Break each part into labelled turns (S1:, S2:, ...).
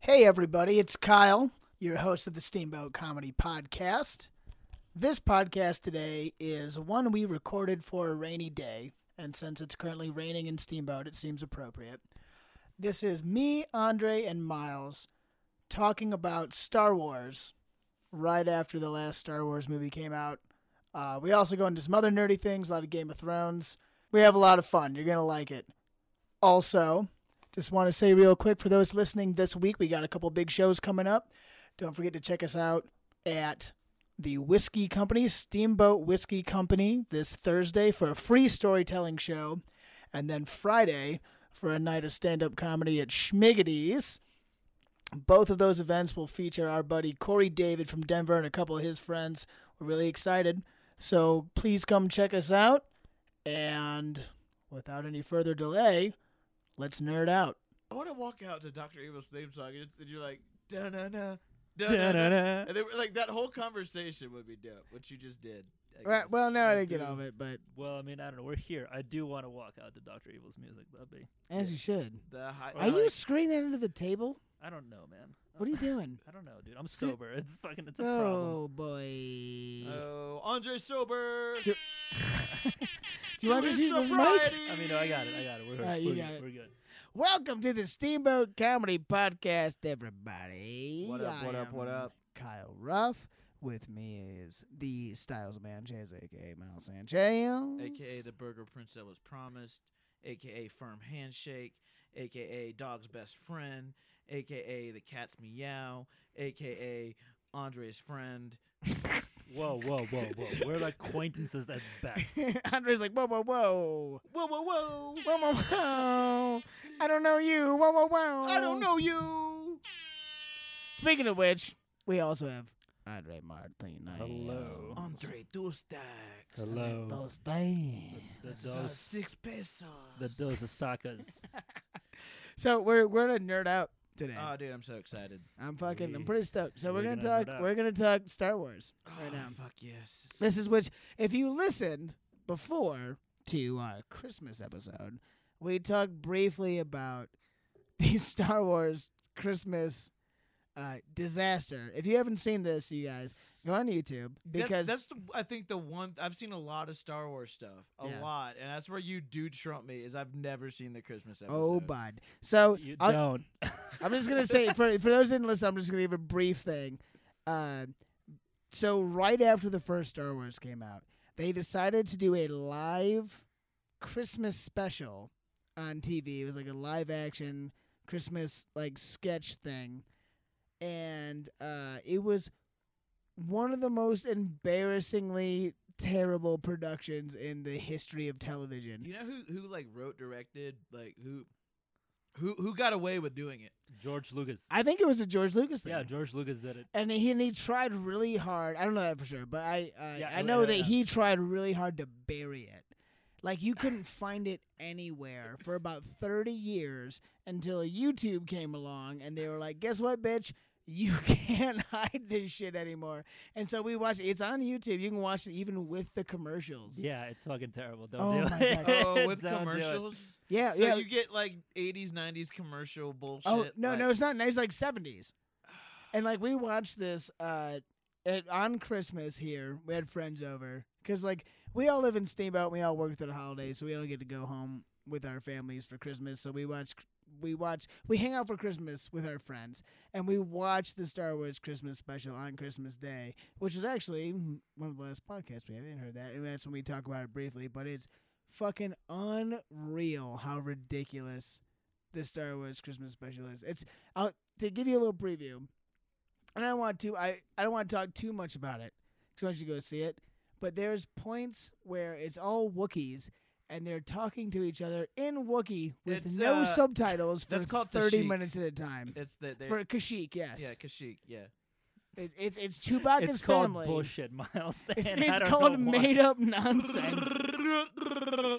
S1: Hey, everybody, it's Kyle, your host of the Steamboat Comedy Podcast. This podcast today is one we recorded for a rainy day, and since it's currently raining in Steamboat, it seems appropriate. This is me, Andre, and Miles talking about Star Wars right after the last Star Wars movie came out. Uh, we also go into some other nerdy things, a lot of Game of Thrones. We have a lot of fun. You're going to like it. Also, just want to say real quick for those listening this week, we got a couple big shows coming up. Don't forget to check us out at the Whiskey Company, Steamboat Whiskey Company, this Thursday for a free storytelling show. And then Friday for a night of stand up comedy at Schmiggity's. Both of those events will feature our buddy Corey David from Denver and a couple of his friends. We're really excited. So please come check us out. And without any further delay, let's nerd out.
S2: I want to walk out to Dr. Evil's theme song and, it's- and you're like, da na na, da na na. And they were like, that whole conversation would be dope, which you just did. I guess.
S1: Well, no, I
S3: I
S1: didn't get
S3: do.
S1: all of it, but
S3: Well, I mean, I don't know. We're here. I do want to walk out to Doctor Evil's music. That'd be.
S1: as you should.
S2: the high,
S3: Are
S1: Are
S2: like,
S1: you screwing that into the table?
S3: I don't know, man.
S1: What are you doing?
S3: I don't know, dude. I'm sober. It's fucking. It's a problem.
S1: Oh boy!
S2: Oh, Andre sober.
S1: Do- Do you want to just use this mic?
S3: I mean, no, I got it. I got it. We're,
S1: Alright, you
S3: we're,
S1: got
S3: good.
S1: it.
S3: we're good.
S1: Welcome to the Steamboat Comedy Podcast, everybody.
S2: What up, what
S1: I
S2: up, what
S1: am
S2: up?
S1: Kyle Ruff. With me is the Styles Sanchez, aka Miles Sanchez,
S2: AKA the burger prince that was promised. AKA firm handshake. AKA dog's best friend. AKA the cat's meow. AKA Andre's friend.
S3: Whoa, whoa, whoa, whoa. We're like acquaintances at best.
S1: Andre's like whoa, whoa, whoa,
S2: Whoa, whoa, whoa.
S1: whoa, whoa, whoa. I don't know you. Whoa, whoa, whoa.
S2: I don't know you.
S1: Speaking of which, we also have Andre Martinez.
S3: Hello.
S2: Andre, two stacks.
S3: Hello.
S1: Those things.
S3: The
S2: Uh,
S3: dos,
S2: six pesos.
S3: the dos estacas.
S1: So we're we're gonna nerd out today.
S2: Oh, dude, I'm so excited.
S1: I'm fucking. I'm
S3: Uh, we-
S1: pretty stoked. So we're,
S3: we're
S1: gonna,
S3: gonna nerd
S1: talk.
S3: out.
S1: We're gonna talk Star Wars right
S2: Oh,
S1: now.
S2: Fuck yes.
S1: This is which, if you listened before to our Christmas episode, we talked briefly about the Star Wars Christmas uh, disaster. If you haven't seen this, you guys go on YouTube
S2: That's-
S1: because
S2: that's, the, I think the one I've seen a lot of Star Wars stuff, a
S1: Yeah.
S2: lot, and that's where you do trump me. Is I've never seen the Christmas episode.
S1: oh bud. So
S3: You
S1: I'll-
S3: don't.
S1: I'm just gonna say for for those who didn't listen, I'm just gonna give a brief thing. Uh, so right after the first Star Wars came out, they decided to do a live Christmas special on TV. It was like a live action Christmas like sketch thing, and uh, it was one of the most embarrassingly terrible productions in the history of television.
S2: You know who who like wrote, directed, like who who who got away with doing it?
S3: George Lucas.
S1: I think it was a George Lucas thing.
S3: yeah, George Lucas did it.
S1: and he and he tried really hard. I don't know that for sure, but I I,
S3: Yeah,
S1: I
S3: I-
S1: know
S3: I-
S1: that
S3: yeah.
S1: he tried really hard to bury it. Like you couldn't find it anywhere for about thirty years until YouTube came along and they were like, "Guess what, bitch." You can't hide this shit anymore, and so we watch. it. It's on YouTube. You can watch it even with the commercials. Yeah,
S3: Yeah, it's fucking terrible. Don't
S1: Oh
S3: do
S1: my
S3: it.
S1: God.
S2: Oh, with
S3: Don't do it.
S2: commercials.
S1: yeah.
S2: so you get like 80s, 90s commercial bullshit.
S1: oh no,
S2: like-
S1: no, it's not. It's like seventies. And like we watched this uh at, on Christmas here. We had friends over because like we all live in Steamboat. And we all work through the holidays, so we don't get to go home with our families for Christmas. So we watch. We watch. We hang out for Christmas with our friends, and we watch the Star Wars Christmas special on Christmas Day, which is actually mm, one of the last podcasts we haven't heard that, and that's when we talk about it briefly. But it's fucking unreal how ridiculous the Star Wars Christmas special is. It's I'll, to give you a little preview, and I don't want to I, I don't want to talk too much about it because I want you to go see it. But there's points where it's all Wookiees and they're talking to each other in Wookiee with
S2: It's,
S1: no
S2: uh,
S1: subtitles for
S2: that's called
S1: thirty
S2: Kashyyyk.
S1: minutes at a time.
S2: It's that they.
S1: For Kashyyyk, yes,
S2: yeah, Kashyyyk. Yeah.
S1: it's, it's it's Chewbacca's
S3: It's called
S1: family.
S3: bullshit, Miles.
S1: It's,
S3: and I
S1: it's
S3: don't
S1: called
S3: know why.
S1: made up nonsense.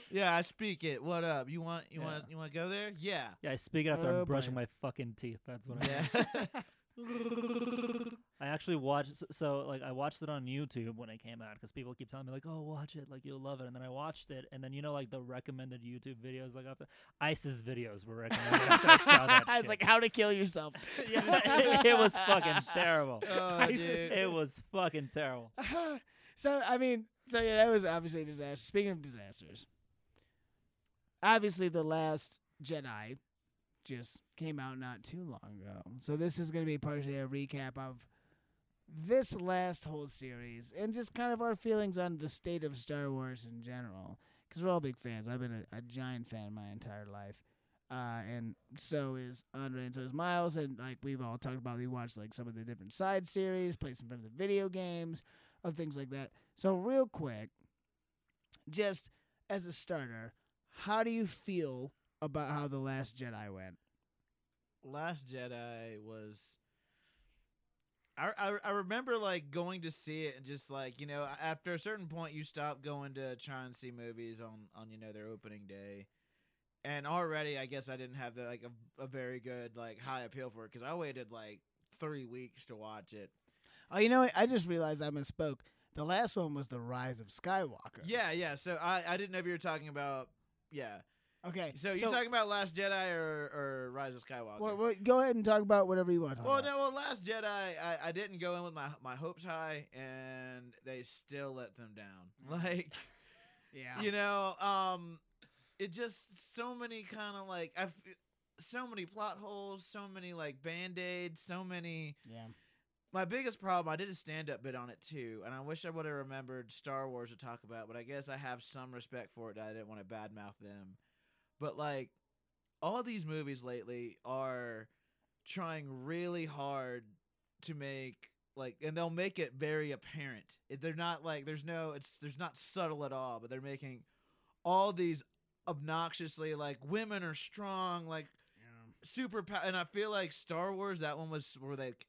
S2: yeah, I speak it. What up? You want you
S3: Yeah.
S2: want you want to go there? Yeah.
S3: Yeah, I speak it after
S1: Oh,
S3: I'm brushing
S1: boy.
S3: my fucking teeth. That's what I.
S2: Yeah.
S3: I actually watched s- so like I watched it on YouTube when it came out because people keep telling me like, "Oh, watch it, like you'll love it." And then I watched it, and then you know like the recommended YouTube videos like after ISIS videos were recommended. after I saw that.
S1: I was
S3: shit.
S1: like, how to kill yourself.
S3: it, it was fucking terrible.
S2: Oh,
S1: I should-
S2: dude.
S3: It was fucking terrible.
S1: so I mean, so yeah, that was obviously a disaster. Speaking of disasters, obviously the last Jedi just came out not too long ago. So this is going to be partially a recap of this last whole series and just kind of our feelings on the state of Star Wars in general. Because we're all big fans. I've been a, a giant fan my entire life. Uh, and so is Andre, and so is Miles, and like we've all talked about, we watched like some of the different side series, played some of the video games, other things like that. So, real quick, just as a starter, how do you feel about how The Last Jedi went?
S2: Last Jedi was. I, I, I remember like going to see it and just like you know after a certain point you stop going to try and see movies on on you know their opening day, and already I guess I didn't have the, like a, a very good like high appeal for it because I waited like three weeks to watch it.
S1: Oh, you know what? I just realized I misspoke. The last one was The Rise of Skywalker.
S2: Yeah yeah so I I didn't know if you were talking about yeah
S1: Okay.
S2: so you're talking about Last Jedi or or Rise of Skywalker.
S1: Well, well, go ahead and talk about whatever you want. to talk
S2: Well,
S1: about.
S2: no. Well, Last Jedi, I, I didn't go in with my my hopes high, and they still let them down. Like
S1: Mm. Yeah.
S2: you know, um, it just so many kind of like I've so many plot holes, so many like band aids, so many.
S1: Yeah.
S2: My biggest problem, I did a stand up bit on it too, and I wish I would have remembered Star Wars to talk about, but I guess I have some respect for it. That I didn't want to badmouth them, but like all these movies lately are trying really hard to make like and they'll make it very apparent It- they're not like there's no it's there's not subtle at all but they're making all these obnoxiously like women are strong like super pow- and i feel like star wars that one was where like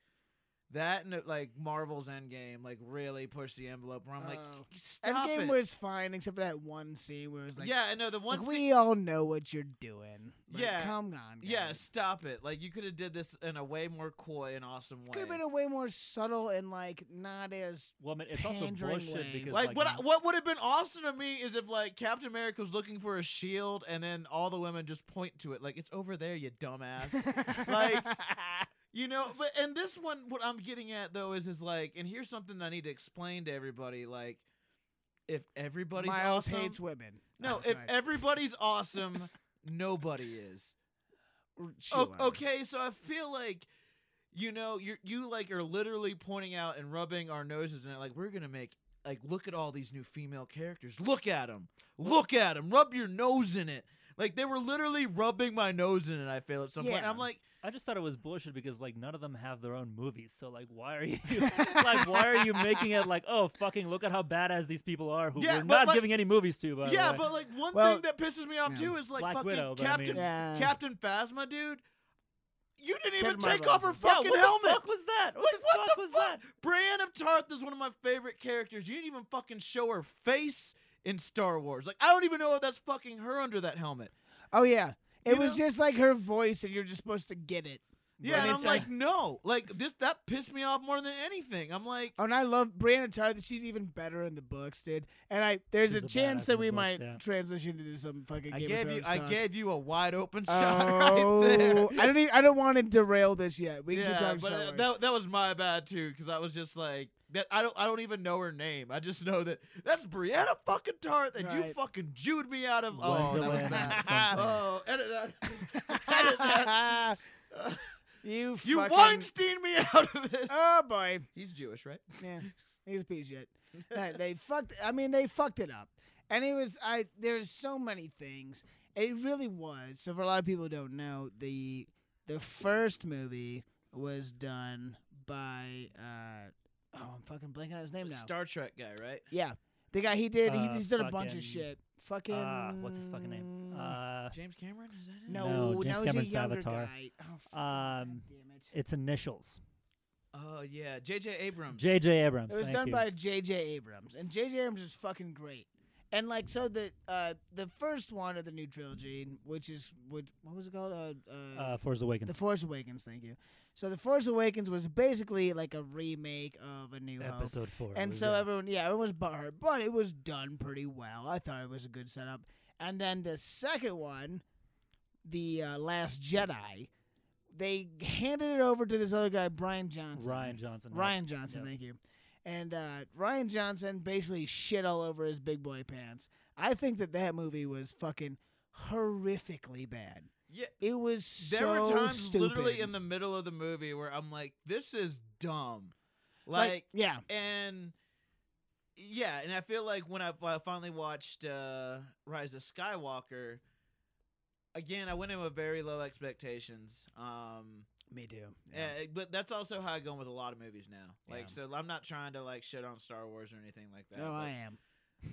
S2: that and like marvel's endgame like really pushed the envelope where i'm like
S1: Oh.
S2: stop
S1: Endgame
S2: it.
S1: was fine, except for that one scene where it was like,
S2: yeah i know the one
S1: like,
S2: scene-
S1: we all know what you're doing. Like,
S2: Yeah.
S1: Come on. Guys.
S2: yeah stop it like you could have did this in a way more coy and awesome way
S1: Could have been a way more subtle and like not as
S3: Well, man, it's also
S1: Pandering
S3: bullshit
S1: way.
S3: because
S2: like,
S3: like,
S2: what I, what would have been awesome to me is if like Captain America was looking for a shield and then all the women just point to it like it's over there you dumbass like you know but and this one what I'm getting at though is is like and here's something I need to explain to everybody like if everybody's
S1: Miles
S2: awesome,
S1: hates women.
S2: no
S1: Oh,
S2: if
S1: go ahead.
S2: everybody's awesome nobody is
S1: R-
S2: O-
S1: sure.
S2: oh, okay, so I feel like you know you you like are literally pointing out and rubbing our noses in it. Like we're gonna make like look at all these new female characters. Look at them. Look at them. Rub your nose in it. Like they were literally rubbing my nose in it. I feel at some point.
S1: Yeah.
S2: I'm like,
S3: I just thought it was bullshit because like none of them have their own movies. So like, why are you like why are you making it like oh fucking look at how badass these people are who
S2: Yeah,
S3: we're
S2: but,
S3: not
S2: like-
S3: giving any movies to by the
S2: yeah,
S3: way.
S2: but like one
S1: Well,
S2: thing that pisses me off
S1: yeah.
S2: too is like
S3: Black
S2: fucking
S3: Widow, but I
S2: Captain
S3: mean-
S1: Yeah.
S2: Captain Phasma, dude. You didn't even
S1: Captain
S2: take
S1: Marvel
S2: off her
S1: is-
S3: Yeah,
S2: fucking
S3: what
S2: helmet.
S3: the fuck was that? What
S2: Like,
S3: the fuck was that?
S2: Brienne of Tarth is one of my favorite characters. You didn't even fucking show her face in Star Wars. Like, I don't even know if that's fucking her under that helmet.
S1: Oh yeah. It
S2: You
S1: was
S2: know?
S1: just like her voice, and you're just supposed to get it.
S2: Yeah, and
S1: Right.
S2: I'm
S1: It's a-
S2: like, no. Like this, that pissed me off more than anything. I'm like,
S1: Oh, and I love Brianna Tarth. She's even better in the books, dude. And I there's
S3: She's
S1: a
S3: a
S1: chance
S3: badass
S1: that
S3: in the
S1: we
S3: books,
S1: might
S3: yeah.
S1: transition into some fucking
S2: I
S1: Game
S2: gave
S1: of
S2: you,
S1: Thrones
S2: I
S1: talk.
S2: gave you a wide open shot
S1: Oh,
S2: right there.
S1: I don't. Even, I don't want to derail this yet. We can keep
S2: Yeah,
S1: talking
S2: but
S1: Star
S2: uh,
S1: Wars.
S2: that, that was my bad too, because I was just like, that, I don't, I don't even know her name. I just know that that's Brianna fucking Tarth, and you
S1: Right.
S2: fucking jewed me out of. Oh, that was
S3: Wonderland
S2: bad.
S3: or something.
S2: Oh, edit that. edit that.
S1: you
S2: You
S1: fucking,
S2: Weinstein me out of it.
S1: Oh boy.
S2: He's Jewish, right?
S1: Yeah, he's a piece of shit. They- they fucked. I mean, they fucked it up, and it was. I there's so many things. It really was. So for a lot of people who don't know, the the first movie was done by uh oh I'm fucking blanking on his name now.
S2: Star Trek guy, right?
S1: yeah, the guy he did. he
S3: Uh,
S1: just did a bunch of
S3: fucking-
S1: shit. Fucking
S3: Ah, what's his fucking name? Uh,
S2: James Cameron is that it?
S1: no,
S3: no,
S1: now
S3: James
S1: he's a
S3: Cameron
S1: younger
S3: Savitar.
S1: guy. Oh, fuck,
S3: Um,
S1: God damn it.
S3: it's initials.
S2: Oh yeah, J.J. Abrams.
S3: J.J. Abrams.
S1: It was
S3: thank
S1: done
S3: you.
S1: by J.J. Abrams, and J.J. Abrams is fucking great. And like so the uh the first one of the new trilogy, which is what what was it called? Uh, uh,
S3: Uh, Force
S1: The
S3: Awakens.
S1: Force Awakens, thank you. So the Force Awakens was basically like a remake of A New Hope.
S3: Episode four.
S1: And
S3: was
S1: so
S3: it.
S1: everyone, yeah, everyone was butthurt, but it was done pretty well. I thought it was a good setup. And then the second one, the uh, Last Jedi, they handed it over to this other guy, Brian Johnson.
S3: Ryan Johnson. right?
S1: Ryan Johnson,
S3: Yep.
S1: thank you. And uh, Ryan Johnson basically shit all over his big boy pants. I think that that movie was fucking horrifically bad.
S2: Yeah,
S1: It was
S2: there
S1: so
S2: were times
S1: stupid.
S2: literally in the middle of the movie where I'm like, this is dumb.
S1: like,
S2: Like,
S1: yeah,
S2: and yeah, and I feel like when I, when I finally watched uh, Rise of Skywalker, again, I went in with very low expectations. Um,
S1: me too.
S2: yeah. but that's also how I go with a lot of movies now. Like,
S1: Yeah.
S2: so I'm not trying to like shit on Star Wars or anything like that.
S1: No,
S2: but-
S1: Oh, I am.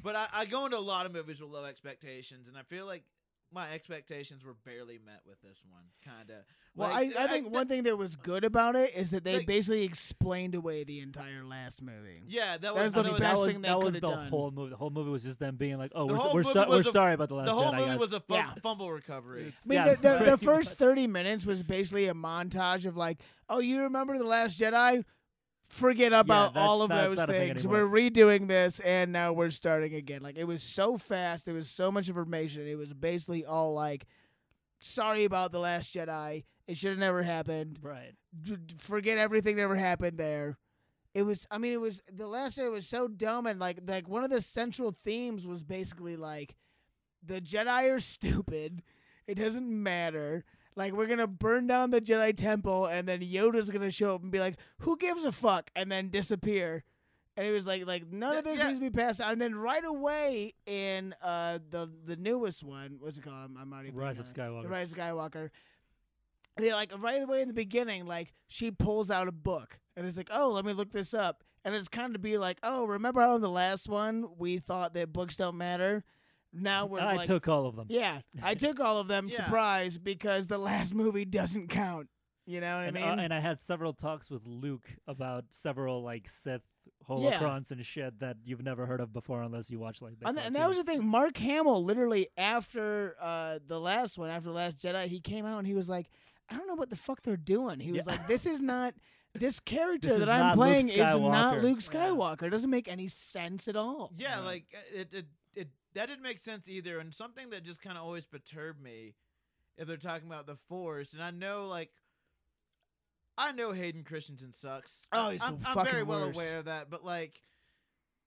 S2: but I, I go into a lot of movies with low expectations, and I feel like my expectations were barely met with this one, kind of.
S1: Well,
S2: Like,
S1: I, I think one thing that was good about it is that they
S2: Like-
S1: basically explained away the entire last movie.
S2: Yeah, that
S1: That's
S2: was
S1: the
S2: that was-
S1: best
S3: that was,
S1: thing they
S3: that was the
S1: could've done.
S3: whole movie. The whole movie was just them being like, "Oh,
S2: The
S3: we're, so,
S2: whole
S3: we're,
S2: movie
S3: so, we're
S2: was a-
S3: sorry about the last
S2: The whole
S3: Jedi."
S2: movie
S3: guys.
S2: was a fum-
S1: Yeah.
S2: fumble recovery.
S1: I mean, the, the,
S3: Yeah,
S1: the
S3: pretty
S1: first
S3: much.
S1: 30 minutes was basically a montage of like, oh, you remember The Last Jedi? Forget about
S3: that's
S1: all of
S3: not-
S1: those
S3: not a thing
S1: things.
S3: anymore.
S1: We're redoing this and now we're starting again. Like, it was so fast. It was so much information. It was basically all like, sorry about The Last Jedi. It should have never happened.
S3: right.
S1: d- d- forget everything that ever happened there. It was, I mean, it was the last year was so dumb and like, like one of the central themes was basically like, the Jedi are stupid. It doesn't matter. Like we're gonna burn down the Jedi Temple and then Yoda's gonna show up and be like, "Who gives a fuck?" and then disappear. And it was like, like none of
S2: Yeah,
S1: this
S2: yeah.
S1: needs to be passed on. And then right away in uh the the newest one, what's it called? I'm, I'm already blanking
S3: Rise of
S1: on it.
S3: Skywalker.
S1: The Rise of Skywalker. They like right away in the beginning, like she pulls out a book and it's like, oh, let me look this up. And it's kind of be like, oh, remember how in the last one we thought that books don't matter? Now we're
S3: I
S1: like,
S3: took all of them.
S1: yeah, I took all of them.
S2: Yeah.
S1: Surprise, because the last movie doesn't count. You know what
S3: and,
S1: I
S3: uh,
S1: mean?
S3: and I had several talks with Luke about several like Sith
S1: Yeah.
S3: holocrons and shit that you've never heard of before unless you watch like. The
S1: And, th- and that was the
S3: cartoons.
S1: thing. Mark Hamill, literally after uh, the last one, after the last Jedi, he came out and he was like, "I don't know what the fuck they're doing." He was
S3: Yeah.
S1: like, "This is not this character
S3: This is
S1: that
S3: not
S1: I'm
S3: Luke
S1: playing is not
S3: Skywalker."
S1: Luke
S3: Yeah.
S1: Skywalker. It doesn't make any sense at all."
S2: Yeah,
S3: Right.
S2: like uh, it, it, it that didn't make sense either. And something that just kind of always perturbed me, if they're talking about the Force, and I know like, I know Hayden Christensen sucks.
S1: Oh, he's the
S2: I'm, I'm
S1: fucking
S2: very well
S1: worst.
S2: aware of that, but like,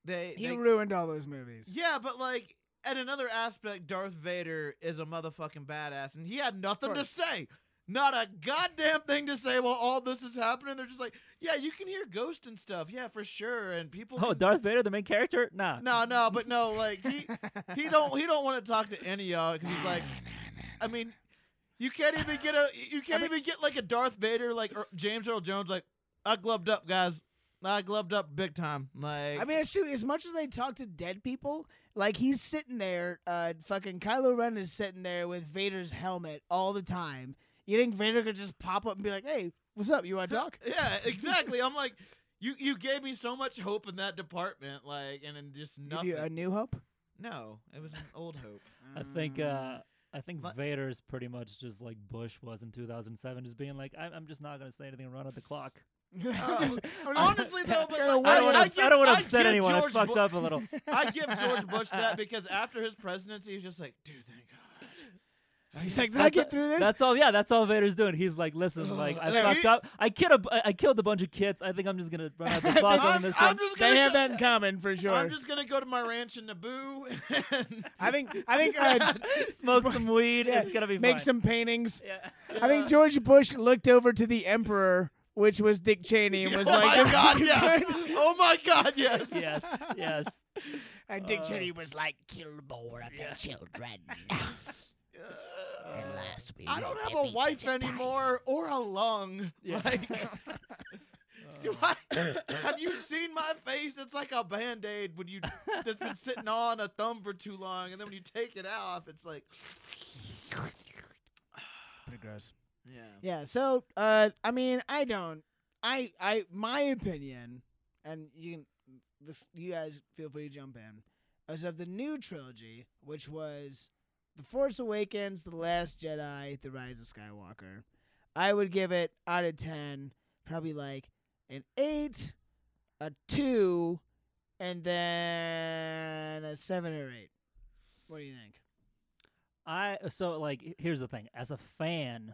S2: they
S1: He
S2: they-
S1: ruined all those movies.
S2: yeah, but like. At another aspect, Darth Vader is a motherfucking badass, and he had nothing to
S1: course.
S2: say. Not a goddamn thing to say while all this is happening. They're just like, yeah, you can hear ghosts and stuff. Yeah, for sure. And people.
S3: Oh,
S2: can-
S3: Darth Vader, the main character? Nah.
S2: no, no, but no, like he he don't he don't want to talk to any of y'all 'cause he's like, I mean, you can't even get a you can't even get like a Darth Vader like or James Earl Jones like I gloved up guys, I gloved up big time like
S1: I mean, shoot, as much as they talk to dead people, like he's sitting there, uh, fucking Kylo Ren is sitting there with Vader's helmet all the time. You think Vader could just pop up and be like, hey, what's up? You want to talk?
S2: yeah exactly I'm like you you gave me so much hope in that department like and then just
S1: Give
S2: nothing
S1: you a new hope?
S2: no it was an old hope
S3: I think uh, I think
S2: but-
S3: Vader's pretty much just like Bush was in 2007, just being like, I'm, I'm just not gonna say anything and run out the clock.
S1: I'm just- I'm just-
S2: Oh, honestly though but like,
S3: I don't want
S2: I
S3: to
S2: give-
S3: upset, I don't want
S2: I
S3: to upset
S2: give
S3: anyone. I
S2: George
S3: fucked
S2: Bu-
S3: up a little.
S2: I give George Bush that because after his presidency he's just like dude thank God.
S1: He's like, did I get through this?
S3: That's all. Yeah, that's all Vader's doing. He's like, listen, like I
S2: Like,
S3: fucked
S2: he-
S3: up. I killed a, bu- I killed a bunch of kids. I think I'm just gonna run out the clock on
S2: I'm-
S3: this
S2: I'm
S3: one.
S2: just gonna
S1: they have
S2: go-
S1: that in common for sure.
S2: I'm just gonna go to my ranch in Naboo. And
S1: I think, I think, uh,
S3: Smoke some weed.
S1: yeah,
S3: it's gonna be
S1: make
S3: fine.
S1: some paintings.
S3: Yeah.
S1: I think George Bush looked over to the emperor, which was Dick Cheney, and was
S2: oh
S1: like,
S2: my god, yeah. Oh my god, yes.
S3: yes, yes.
S1: And Dick
S3: Uh,
S1: Cheney was like, Kilmore of the children.
S2: Uh,
S1: and last week.
S2: I don't have a wife anymore or a lung.
S3: Yeah. Uh,
S2: Like,
S3: Mm.
S2: do I? have you seen my face? It's like a band aid when you that's been sitting on a thumb for too long, and then when you take it off, it's like,
S1: Pretty gross.
S2: yeah.
S1: Yeah, so uh I mean, I don't I I my opinion and you can this you guys feel free to jump in is of the new trilogy, which was The Force Awakens, The Last Jedi, The Rise of Skywalker. I would give it out of 10, probably like an 8, a 2, and then a 7 or 8. What do you think?
S3: I so like h- here's the thing. As a fan,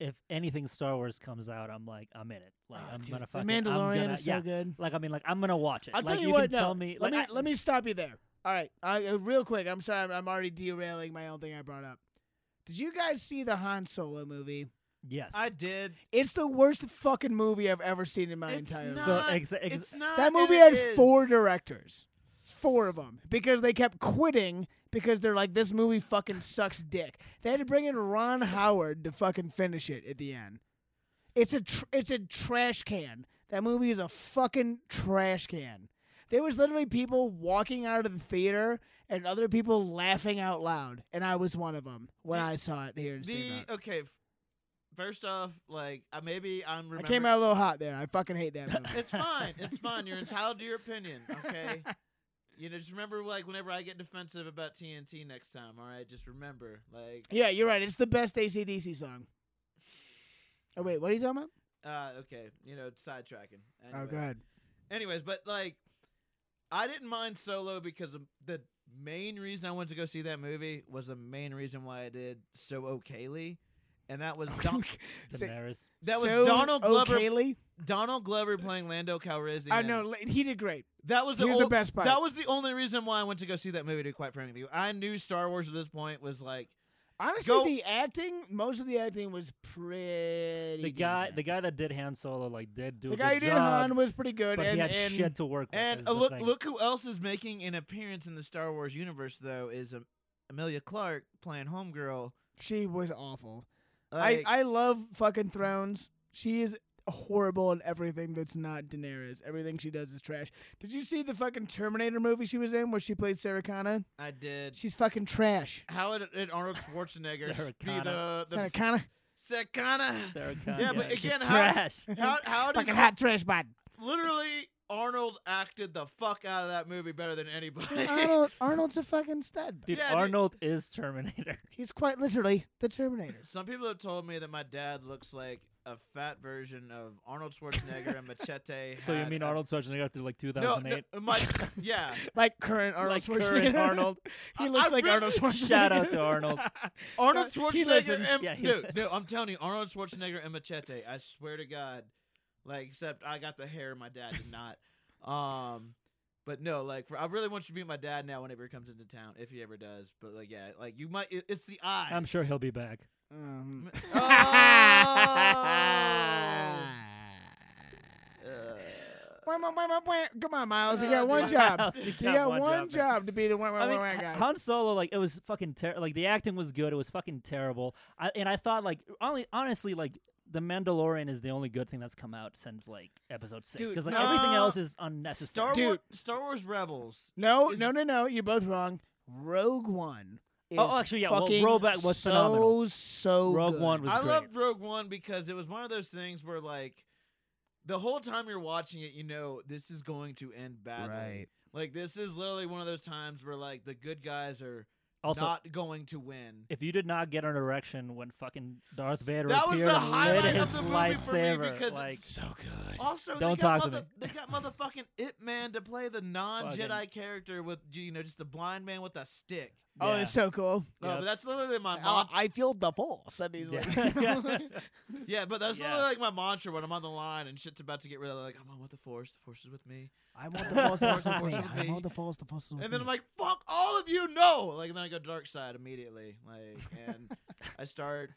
S3: if anything Star Wars comes out, I'm like I'm in it. Like
S1: Ah,
S3: I'm
S1: dude,
S3: gonna
S1: The
S3: fucking I'm
S1: Mandalorian
S3: gonna,
S1: is so
S3: yeah.
S1: good.
S3: Like I mean, like I'm gonna watch it.
S1: I'll
S3: like,
S1: tell you,
S3: you
S1: what.
S3: can
S1: No,
S3: tell me.
S1: let
S3: like,
S1: me
S3: I-
S1: let me stop you there. All right, I, uh, real quick. I'm sorry. I'm, I'm already derailing my own thing I brought up. Did you guys see the Han Solo movie?
S3: Yes.
S2: I did.
S1: It's the worst fucking movie I've ever seen in my
S2: It's
S1: entire
S2: not.
S1: life.
S3: so ex- ex-
S2: it's not.
S1: That
S2: and
S1: movie
S2: it
S1: had
S2: is.
S1: four directors, four of them, because they kept quitting because they're like, this movie fucking sucks dick. They had to bring in Ron Howard to fucking finish it at the end. It's a tr- it's a trash can. That movie is a fucking trash can. There was literally people walking out of the theater and other people laughing out loud, and I was one of them when
S2: The-
S1: I saw it here in
S2: The uh,
S1: Steamboat.
S2: okay. f- First off, like I maybe I'm.
S1: I
S2: Remembering,
S1: came out a little hot there. I fucking hate that movie.
S2: It's fine. It's fine. You're entitled to your opinion. Okay. You know, just remember, like, whenever I get defensive about TNT next time, all right, just remember, like,
S1: Yeah, you're right. It's the best ACDC song. Oh wait, what are you talking about?
S2: uh, okay, you know, sidetracking. Anyway.
S1: Oh, go ahead.
S2: Anyways, but like, I didn't mind Solo because of- the main reason I went to go see that movie was the main reason why I did so okayly, and that was Don-
S1: Say-
S3: Daenerys.
S2: that was
S1: So
S2: Donald Glover.
S1: O'Kaley?
S2: Donald Glover playing Lando Calrissian.
S1: I know li- he did great.
S2: that was the,
S1: Here's
S2: ol-
S1: the best part.
S2: that was the only reason why I went to go see that movie. To be quite frankly, I knew Star Wars at this point was like
S1: Honestly,
S2: go-
S1: the acting, most of the acting was pretty.
S3: The guy,
S1: decent.
S3: the guy that did Han Solo, like did do
S1: the
S3: a
S1: guy who
S3: good
S1: did
S3: job,
S1: Han was pretty good,
S3: but
S1: and,
S3: he had
S1: and
S3: shit to work with.
S2: And
S3: is
S2: uh,
S3: the
S2: look,
S3: thing.
S2: look who else is making an appearance in the Star Wars universe, though, is um, Amelia Clark playing Homegirl.
S1: she was awful.
S2: Like,
S1: I I love fucking Thrones. She is horrible in everything that's not Daenerys. Everything she does is trash. Did you see the fucking Terminator movie she was in where she played Sarah Connor?
S2: I did.
S1: She's fucking trash.
S2: How did, did Arnold Schwarzenegger
S3: Sarah
S2: be the,
S1: Sarah
S2: the
S1: Connor,
S2: Sarah Connor?
S3: Sarah Connor,
S2: Yeah, but
S3: just
S2: again, how-
S3: trash.
S2: How, how did
S1: fucking hot trash bot.
S2: literally Arnold acted the fuck out of that movie better than anybody?
S1: Arnold, Arnold's a fucking stud.
S3: Dude,
S2: Yeah, dude.
S3: Arnold is Terminator.
S1: He's quite literally the Terminator.
S2: Some people have told me that my dad looks like a fat version of Arnold Schwarzenegger and Machete.
S3: So you
S2: had
S3: mean
S2: a-
S3: Arnold Schwarzenegger through like
S2: No,
S3: 2008?
S2: no, my, yeah.
S1: Like current Arnold
S3: like
S1: Schwarzenegger.
S3: current Arnold.
S1: he looks
S2: I
S1: like
S2: really-
S1: Arnold Schwarzenegger.
S3: Shout out to Arnold.
S2: Arnold
S1: He
S2: Schwarzenegger.
S1: listens.
S2: And,
S3: Yeah, he
S2: no,
S3: listens.
S2: no, I'm telling you, Arnold Schwarzenegger and Machete. I swear to God, like except I got the hair, my dad did not. Um, but no, like for, I really want you to meet my dad now whenever he comes into town, if he ever does. But like, yeah, like you might. It, it's the eye.
S3: I'm sure he'll be back.
S1: Um,
S2: Oh! Uh,
S1: wah, wah, wah, wah, wah. Come on, Miles. You
S2: Oh,
S1: got one
S2: dude.
S1: job.
S3: You
S1: You got one job Oh, to be the one
S3: I mean,
S1: guy.
S3: Han Solo, like it was fucking terrible. Like the acting was good. It was fucking terrible. I, and I thought, like, only honestly, like the Mandalorian is the only good thing that's come out since like Episode Six,
S1: Dude,
S3: because like
S2: no.
S3: everything else is unnecessary.
S2: Star Wars,
S1: Dude.
S2: Star Wars Rebels.
S1: No,
S2: Is-
S1: no, no, no. You're both wrong. Rogue One. Is
S3: Oh, actually, yeah, well,
S1: fucking
S3: Rogue One was
S1: so,
S3: phenomenal.
S1: So
S3: Rogue
S1: good.
S3: One was
S2: I
S3: great.
S2: loved Rogue One because it was one of those things where like the whole time you're watching it, you know this is going to end badly.
S1: right.
S2: Like this is literally one of those times where like the good guys are
S3: also,
S2: not going to win.
S3: if you did not get an erection when fucking Darth Vader
S2: That was
S3: appeared
S2: the
S3: and lit
S2: highlight
S3: his
S2: of the movie for me
S3: lightsaber,
S2: because
S3: like
S2: it's-
S1: So good.
S2: Also, they
S3: Don't
S2: got
S3: talk to
S2: mother- they
S3: me.
S2: got motherfucking Ip Man to play the non-Jedi
S3: Fucking-
S2: character with you know just the blind man with a stick.
S1: Oh,
S3: yeah.
S1: it's so cool.
S2: No,
S3: Yep.
S2: but that's literally my
S1: I,
S2: mon-
S1: I feel the force. And he's
S3: Yeah.
S1: like,
S2: yeah, but that's
S3: Yeah.
S2: literally like my mantra when I'm on the line and shit's about to get real. Like I'm on with the force, the force is with me,
S1: I want the force, the force
S2: The
S1: with
S2: force
S1: me.
S2: with
S1: I
S2: me.
S1: want the force, the force is with
S2: and then
S1: me.
S2: I'm like, fuck all of you, no! Like and then I go dark side immediately, like and I start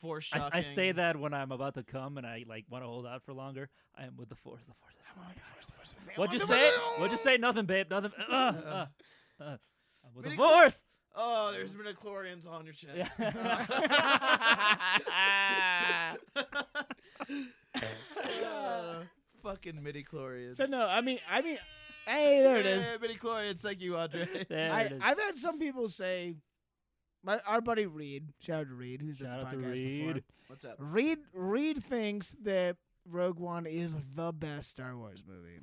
S2: force
S3: I,
S2: shocking.
S3: I say that when I'm about to come and I like want to hold out for longer. I am with the force. The force. Is
S1: I want the force, the force with me. I want
S3: What'd you
S1: the
S3: say?
S1: force-
S3: What'd you say? Nothing, babe. Nothing. Uh, uh, uh, uh. I'm with the
S2: Really?
S3: force.
S2: Oh, there's midichlorians on your chest.
S3: Yeah.
S2: uh, fucking midichlorians.
S1: So no, I mean, I mean, hey, there it is.
S2: Yeah, midichlorians. Thank you, Andre.
S3: There
S1: I,
S3: it is.
S1: I've had some people say, my our buddy Reed, shout out to Reed, who's
S3: Shout out to
S1: done the podcast before.
S3: Reed.
S2: What's up?
S1: Reed Reed thinks that Rogue One is the best Star Wars movie.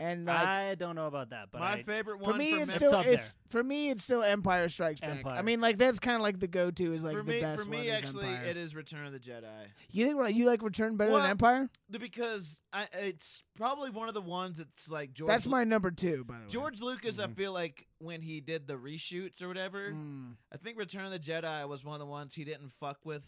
S1: and like
S3: I don't know about that, but
S2: My
S3: I,
S2: favorite one
S1: for me,
S2: from
S1: it's
S2: Mem-
S1: still
S3: up there.
S1: it's for me it's still Empire Strikes Back. I
S3: Empire.
S1: mean, like that's kind of like the go-to is like
S2: for
S1: the
S2: me,
S1: best
S2: for me
S1: one is
S2: actually,
S1: Empire.
S2: it is Return of the Jedi.
S1: you think right, you like Return better
S2: Well,
S1: than Empire?
S2: The- Because I, it's probably one of the ones that's like George.
S1: That's
S2: Lu-
S1: my number two, by the way.
S2: George Lucas. I
S3: Mhm.
S2: feel like when he did the reshoots or whatever,
S1: Mm.
S2: I think Return of the Jedi was one of the ones he didn't fuck with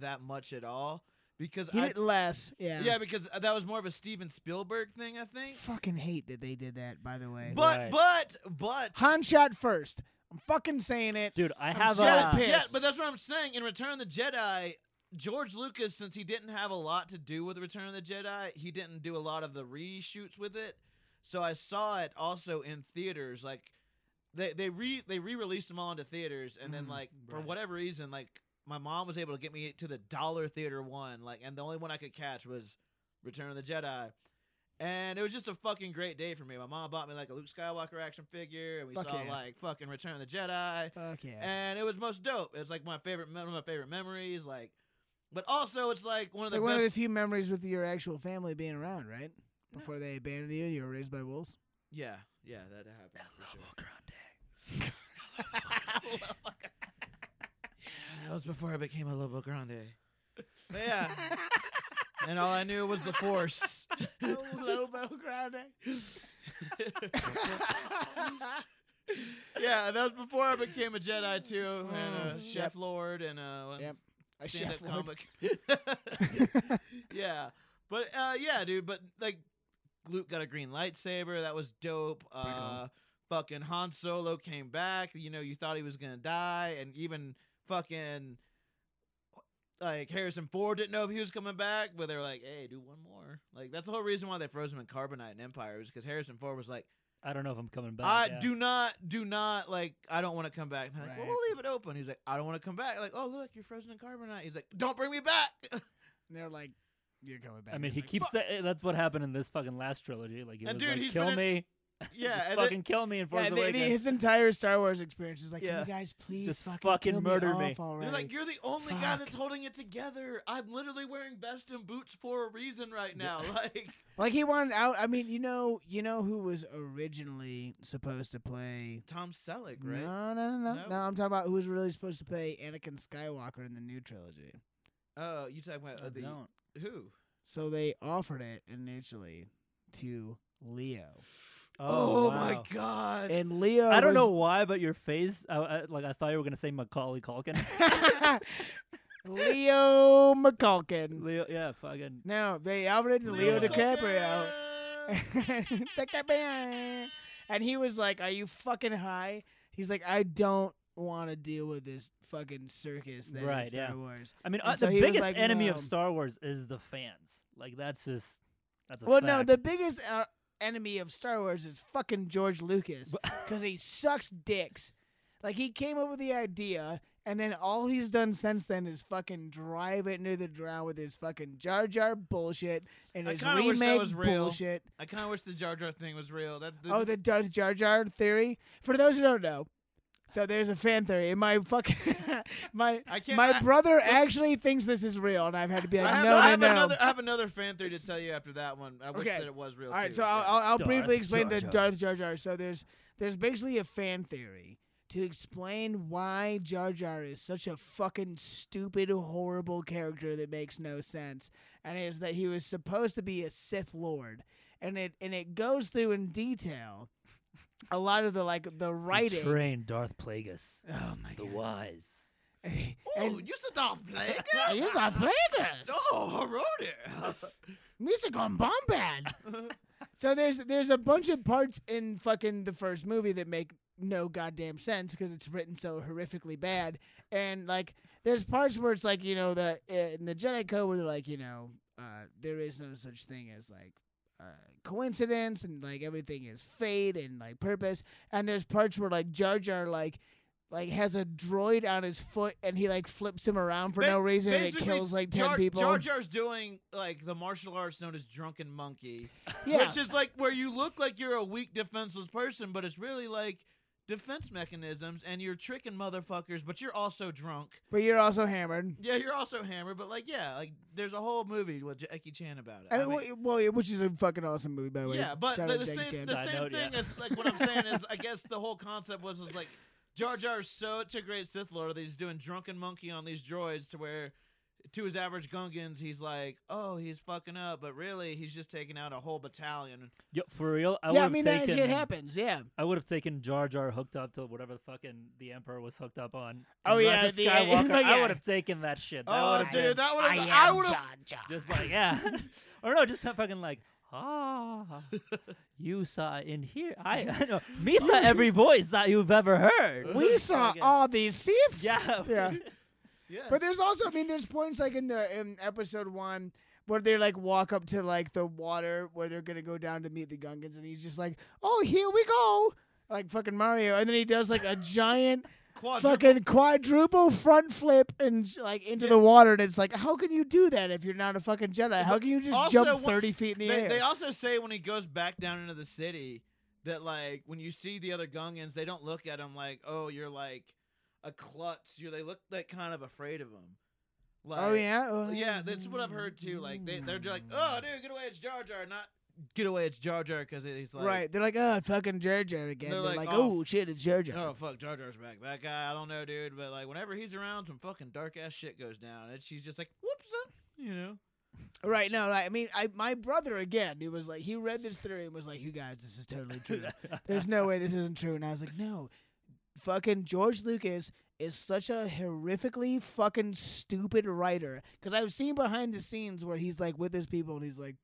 S2: that much at all because
S1: He
S2: I,
S1: did less. Yeah.
S2: yeah, because that was more of a Steven Spielberg thing, I think.
S1: Fucking hate that they did that. By the way,
S2: But
S3: Right.
S2: but but
S1: Han shot first. I'm fucking saying it.
S3: dude, I
S1: I'm
S3: have
S1: so
S3: a.
S1: pissed.
S2: Yeah, but that's what I'm saying. In Return of the Jedi, George Lucas, since he didn't have a lot to do with Return of the Jedi, he didn't do a lot of the reshoots with it. So I saw it also in theaters. Like they they re they re released them all into theaters, and then
S1: Mm,
S2: like for
S3: right.
S2: whatever reason, like my mom was able to get me to the dollar theater one. Like, and the only one I could catch was Return of the Jedi. And it was just a fucking great day for me. My mom bought me like a Luke Skywalker action figure, and we
S1: Fuck
S2: saw
S1: yeah.
S2: like fucking Return of the Jedi
S1: Fuck yeah.
S2: and it was most dope. It's like my favorite, one of my favorite memories. Like, but also it's like one of
S1: It's
S2: the
S1: like one of
S2: best.
S1: the few memories with your actual family being around, right? Before they abandoned you, you were raised by wolves.
S2: yeah, yeah, that, that happened. for sure. that was before I became a Lobo Grande. But yeah, and all I knew was the Force.
S1: Lobo Grande.
S2: yeah, that was before I became a Jedi too, and uh,
S1: Mm,
S2: Chef Lord, and uh,
S1: Yep. A
S2: stand-up
S1: chef Lord.
S2: comic. yeah, but uh, yeah, dude. But like, Luke got a green lightsaber. That was dope.
S1: Pretty cool.
S2: Uh, fucking Han Solo came back. You know, you thought he was gonna die, and even fucking like Harrison Ford didn't know if he was coming back, but they were like, "Hey, do one more." Like that's the whole reason why they froze him in carbonite in Empire was because Harrison Ford was like,
S3: I don't know if I'm coming back.
S2: "I
S3: yeah.
S2: do not, do not like, I don't want to come back." And they're like, "Well,
S1: Right.
S2: we'll leave it open." He's like, "I don't want to come back." Like, "Oh, look, you're frozen in carbonite." He's like, "Don't bring me back."
S1: And they're like, you're coming back.
S3: I mean,
S1: He's
S3: he
S1: like,
S3: keeps saying that's what happened in this fucking last trilogy. Like, he
S2: And
S3: was
S2: dude,
S3: like,
S2: he's
S3: "Kill
S2: been
S3: me,
S2: yeah,
S3: just
S2: and
S3: fucking kill me," in Force
S1: Yeah, the- the-
S3: Awakens.
S1: his entire Star Wars experience is like, can
S2: Yeah.
S1: you guys please
S3: Just
S1: fucking,
S3: fucking
S1: kill
S3: murder
S1: me,
S3: me.
S1: off
S2: They're
S1: already?
S2: like, you're the only guy
S1: Fuck.
S2: that's holding it together. I'm literally wearing vest and boots for a reason right now. Like,
S1: Like, he wanted out. I mean, you know, you know who was originally supposed to play?
S2: Tom Selleck, right?
S1: No, no, no, no,
S2: No?
S1: no. I'm talking about who was really supposed to play Anakin Skywalker in the new trilogy.
S2: Oh, you talking about
S3: I
S2: uh, the
S3: don't.
S2: who?
S1: So they offered it initially to Leo,
S3: Oh,
S2: my
S3: wow.
S2: god!
S1: and Leo.
S3: I don't know
S1: was-
S3: why, but your face, I, I, like I thought you were gonna say Macaulay Culkin.
S1: Leo McCulkin.
S3: Leo, yeah, fucking.
S1: No, they offered it to Leo,
S3: Leo
S1: DiCaprio.
S2: DiCaprio.
S1: and he was like, "Are you fucking high?" He's like, "I don't want to deal with this fucking circus that is
S3: Right,
S1: Star
S3: yeah.
S1: Wars."
S3: I mean,
S1: And
S3: uh,
S1: so
S3: the
S1: he was
S3: biggest
S1: like,
S3: enemy
S1: "No."
S3: of Star Wars is the fans. Like that's just that's a
S1: well, no,
S3: fact.
S1: the biggest uh, enemy of Star Wars is fucking George Lucas
S3: But-
S1: because he sucks dicks. Like he came up with the idea, and then all he's done since then is fucking drive it into the ground with his fucking Jar Jar bullshit and
S2: I
S1: his
S2: kinda wish that
S1: remake
S2: was real.
S1: bullshit.
S2: I kind of wish the Jar Jar thing was real. That
S1: Oh, the Darth Jar Jar theory. For those who don't know, so there's a fan theory. And my fucking my
S2: I can't-
S1: my
S2: I-
S1: brother actually thinks this is real, and I've had to be
S2: I
S1: like,
S2: have,
S1: no,
S2: I
S1: no,
S2: have
S1: no.
S2: another. I have another fan theory to tell you after that one. I wish
S1: Okay.
S2: that it was real.
S1: All right,
S2: too.
S1: so
S2: Yeah.
S1: I'll, I'll, I'll
S3: Darth
S1: briefly explain
S3: Jar
S1: the
S3: Jar.
S1: Darth Jar Jar. So there's there's basically a fan theory to explain why Jar Jar is such a fucking stupid, horrible character that makes no sense, and it's that he was supposed to be a Sith Lord, and it and it goes through in detail a lot of the like the writing.
S3: Train Darth Plagueis,
S1: oh my
S3: the wise.
S1: and,
S2: Oh, you said Darth Plagueis?
S1: you got Plagueis.
S2: Oh, I wrote it.
S1: Music on Bombad. so there's there's a bunch of parts in fucking the first movie that make no goddamn sense because it's written so horrifically bad. And like there's parts where it's like you know the eh, in the Jedi Code where they're like you know uh, there is no such thing as like. Uh, coincidence and like everything is fate and like purpose and there's parts where like Jar Jar like like has a droid on his foot and he like flips him around for
S2: Ba-
S1: no reason and it
S2: basically,
S1: kills like ten
S2: Jar-
S1: people.
S2: Jar Jar's doing like the martial arts known as drunken monkey,
S1: yeah,
S2: which is like where you look like you're a weak, defenseless person, but it's really like defense mechanisms, and you're tricking motherfuckers, but you're also drunk.
S1: But you're also hammered.
S2: Yeah, you're also hammered, but like, yeah, like there's a whole movie with Jackie Chan about it. I
S1: And
S2: mean-
S1: w- well, yeah, which is a fucking awesome movie, by the way.
S2: yeah, but
S1: Shout
S2: the,
S1: out
S2: the
S1: Jackie Chan.
S2: same, the
S3: Side
S2: same
S3: note, yeah.
S2: thing is like what I'm saying is I guess the whole concept was was like Jar Jar's such a great Sith Lord that he's doing drunken monkey on these droids to where to his average Gungans he's like, oh, he's fucking up, but really he's just taking out a whole battalion.
S3: Yo, for real, I
S1: yeah, I
S3: would've
S1: mean
S3: taken,
S1: that shit happens. Yeah.
S3: I would have taken Jar Jar hooked up to whatever the fucking the Emperor was hooked up on.
S1: Oh,
S3: and
S1: yeah,
S3: Rise of
S1: the-
S3: Skywalker.
S1: yeah.
S3: I would have taken that shit. That
S2: oh,
S3: would have
S2: dude,
S3: been
S2: that would
S1: I
S2: have I,
S1: am
S2: would
S1: John
S2: have
S1: John.
S3: just like yeah, or no, just fucking like ah, you saw in here. I, I know me saw every voice that you've ever heard.
S1: we saw
S3: Fucking-
S1: all these seats.
S3: Yeah.
S1: Yeah.
S2: yes.
S1: But there's also, I mean, there's points like in the in episode one where they like walk up to like the water where they're gonna go down to meet the Gungans, and he's just like, "Oh, here we go." Like fucking Mario, and then he does like a giant
S2: Quadruple-
S1: fucking quadruple front flip and j- like into
S2: Yeah.
S1: the water, and it's like, how can you do that if you're not a fucking Jedi? How
S2: But
S1: can you just
S2: also
S1: jump
S2: what-
S1: thirty feet in the
S2: they,
S1: air?
S2: they also say when he goes back down into the city that like when you see the other Gungans, they don't look at him like, oh, you're like a klutz. You they look like kind of afraid of him. Like,
S1: oh yeah, oh,
S2: yeah, that's what I've heard too. Like they they're like, oh, dude, get away, it's Jar Jar, not get away, it's Jar Jar, because he's like,
S1: right. They're like, oh, fucking Jar Jar again. They're,
S2: They're
S1: like,
S2: like,
S1: oh,
S2: "Oh,
S1: shit, it's Jar Jar.
S2: Oh fuck, Jar Jar's back. That guy, I don't know, dude, but like whenever he's around, some fucking dark ass shit goes down, and she's just like, whoops, uh," you know.
S1: Right. No, I mean, I my brother again. He was like, he read this theory and was like, "You guys, this is totally true. There's no way this isn't true." And I was like, "No, fucking George Lucas is such a horrifically fucking stupid writer." Because I've seen behind the scenes where he's like with his people and he's like.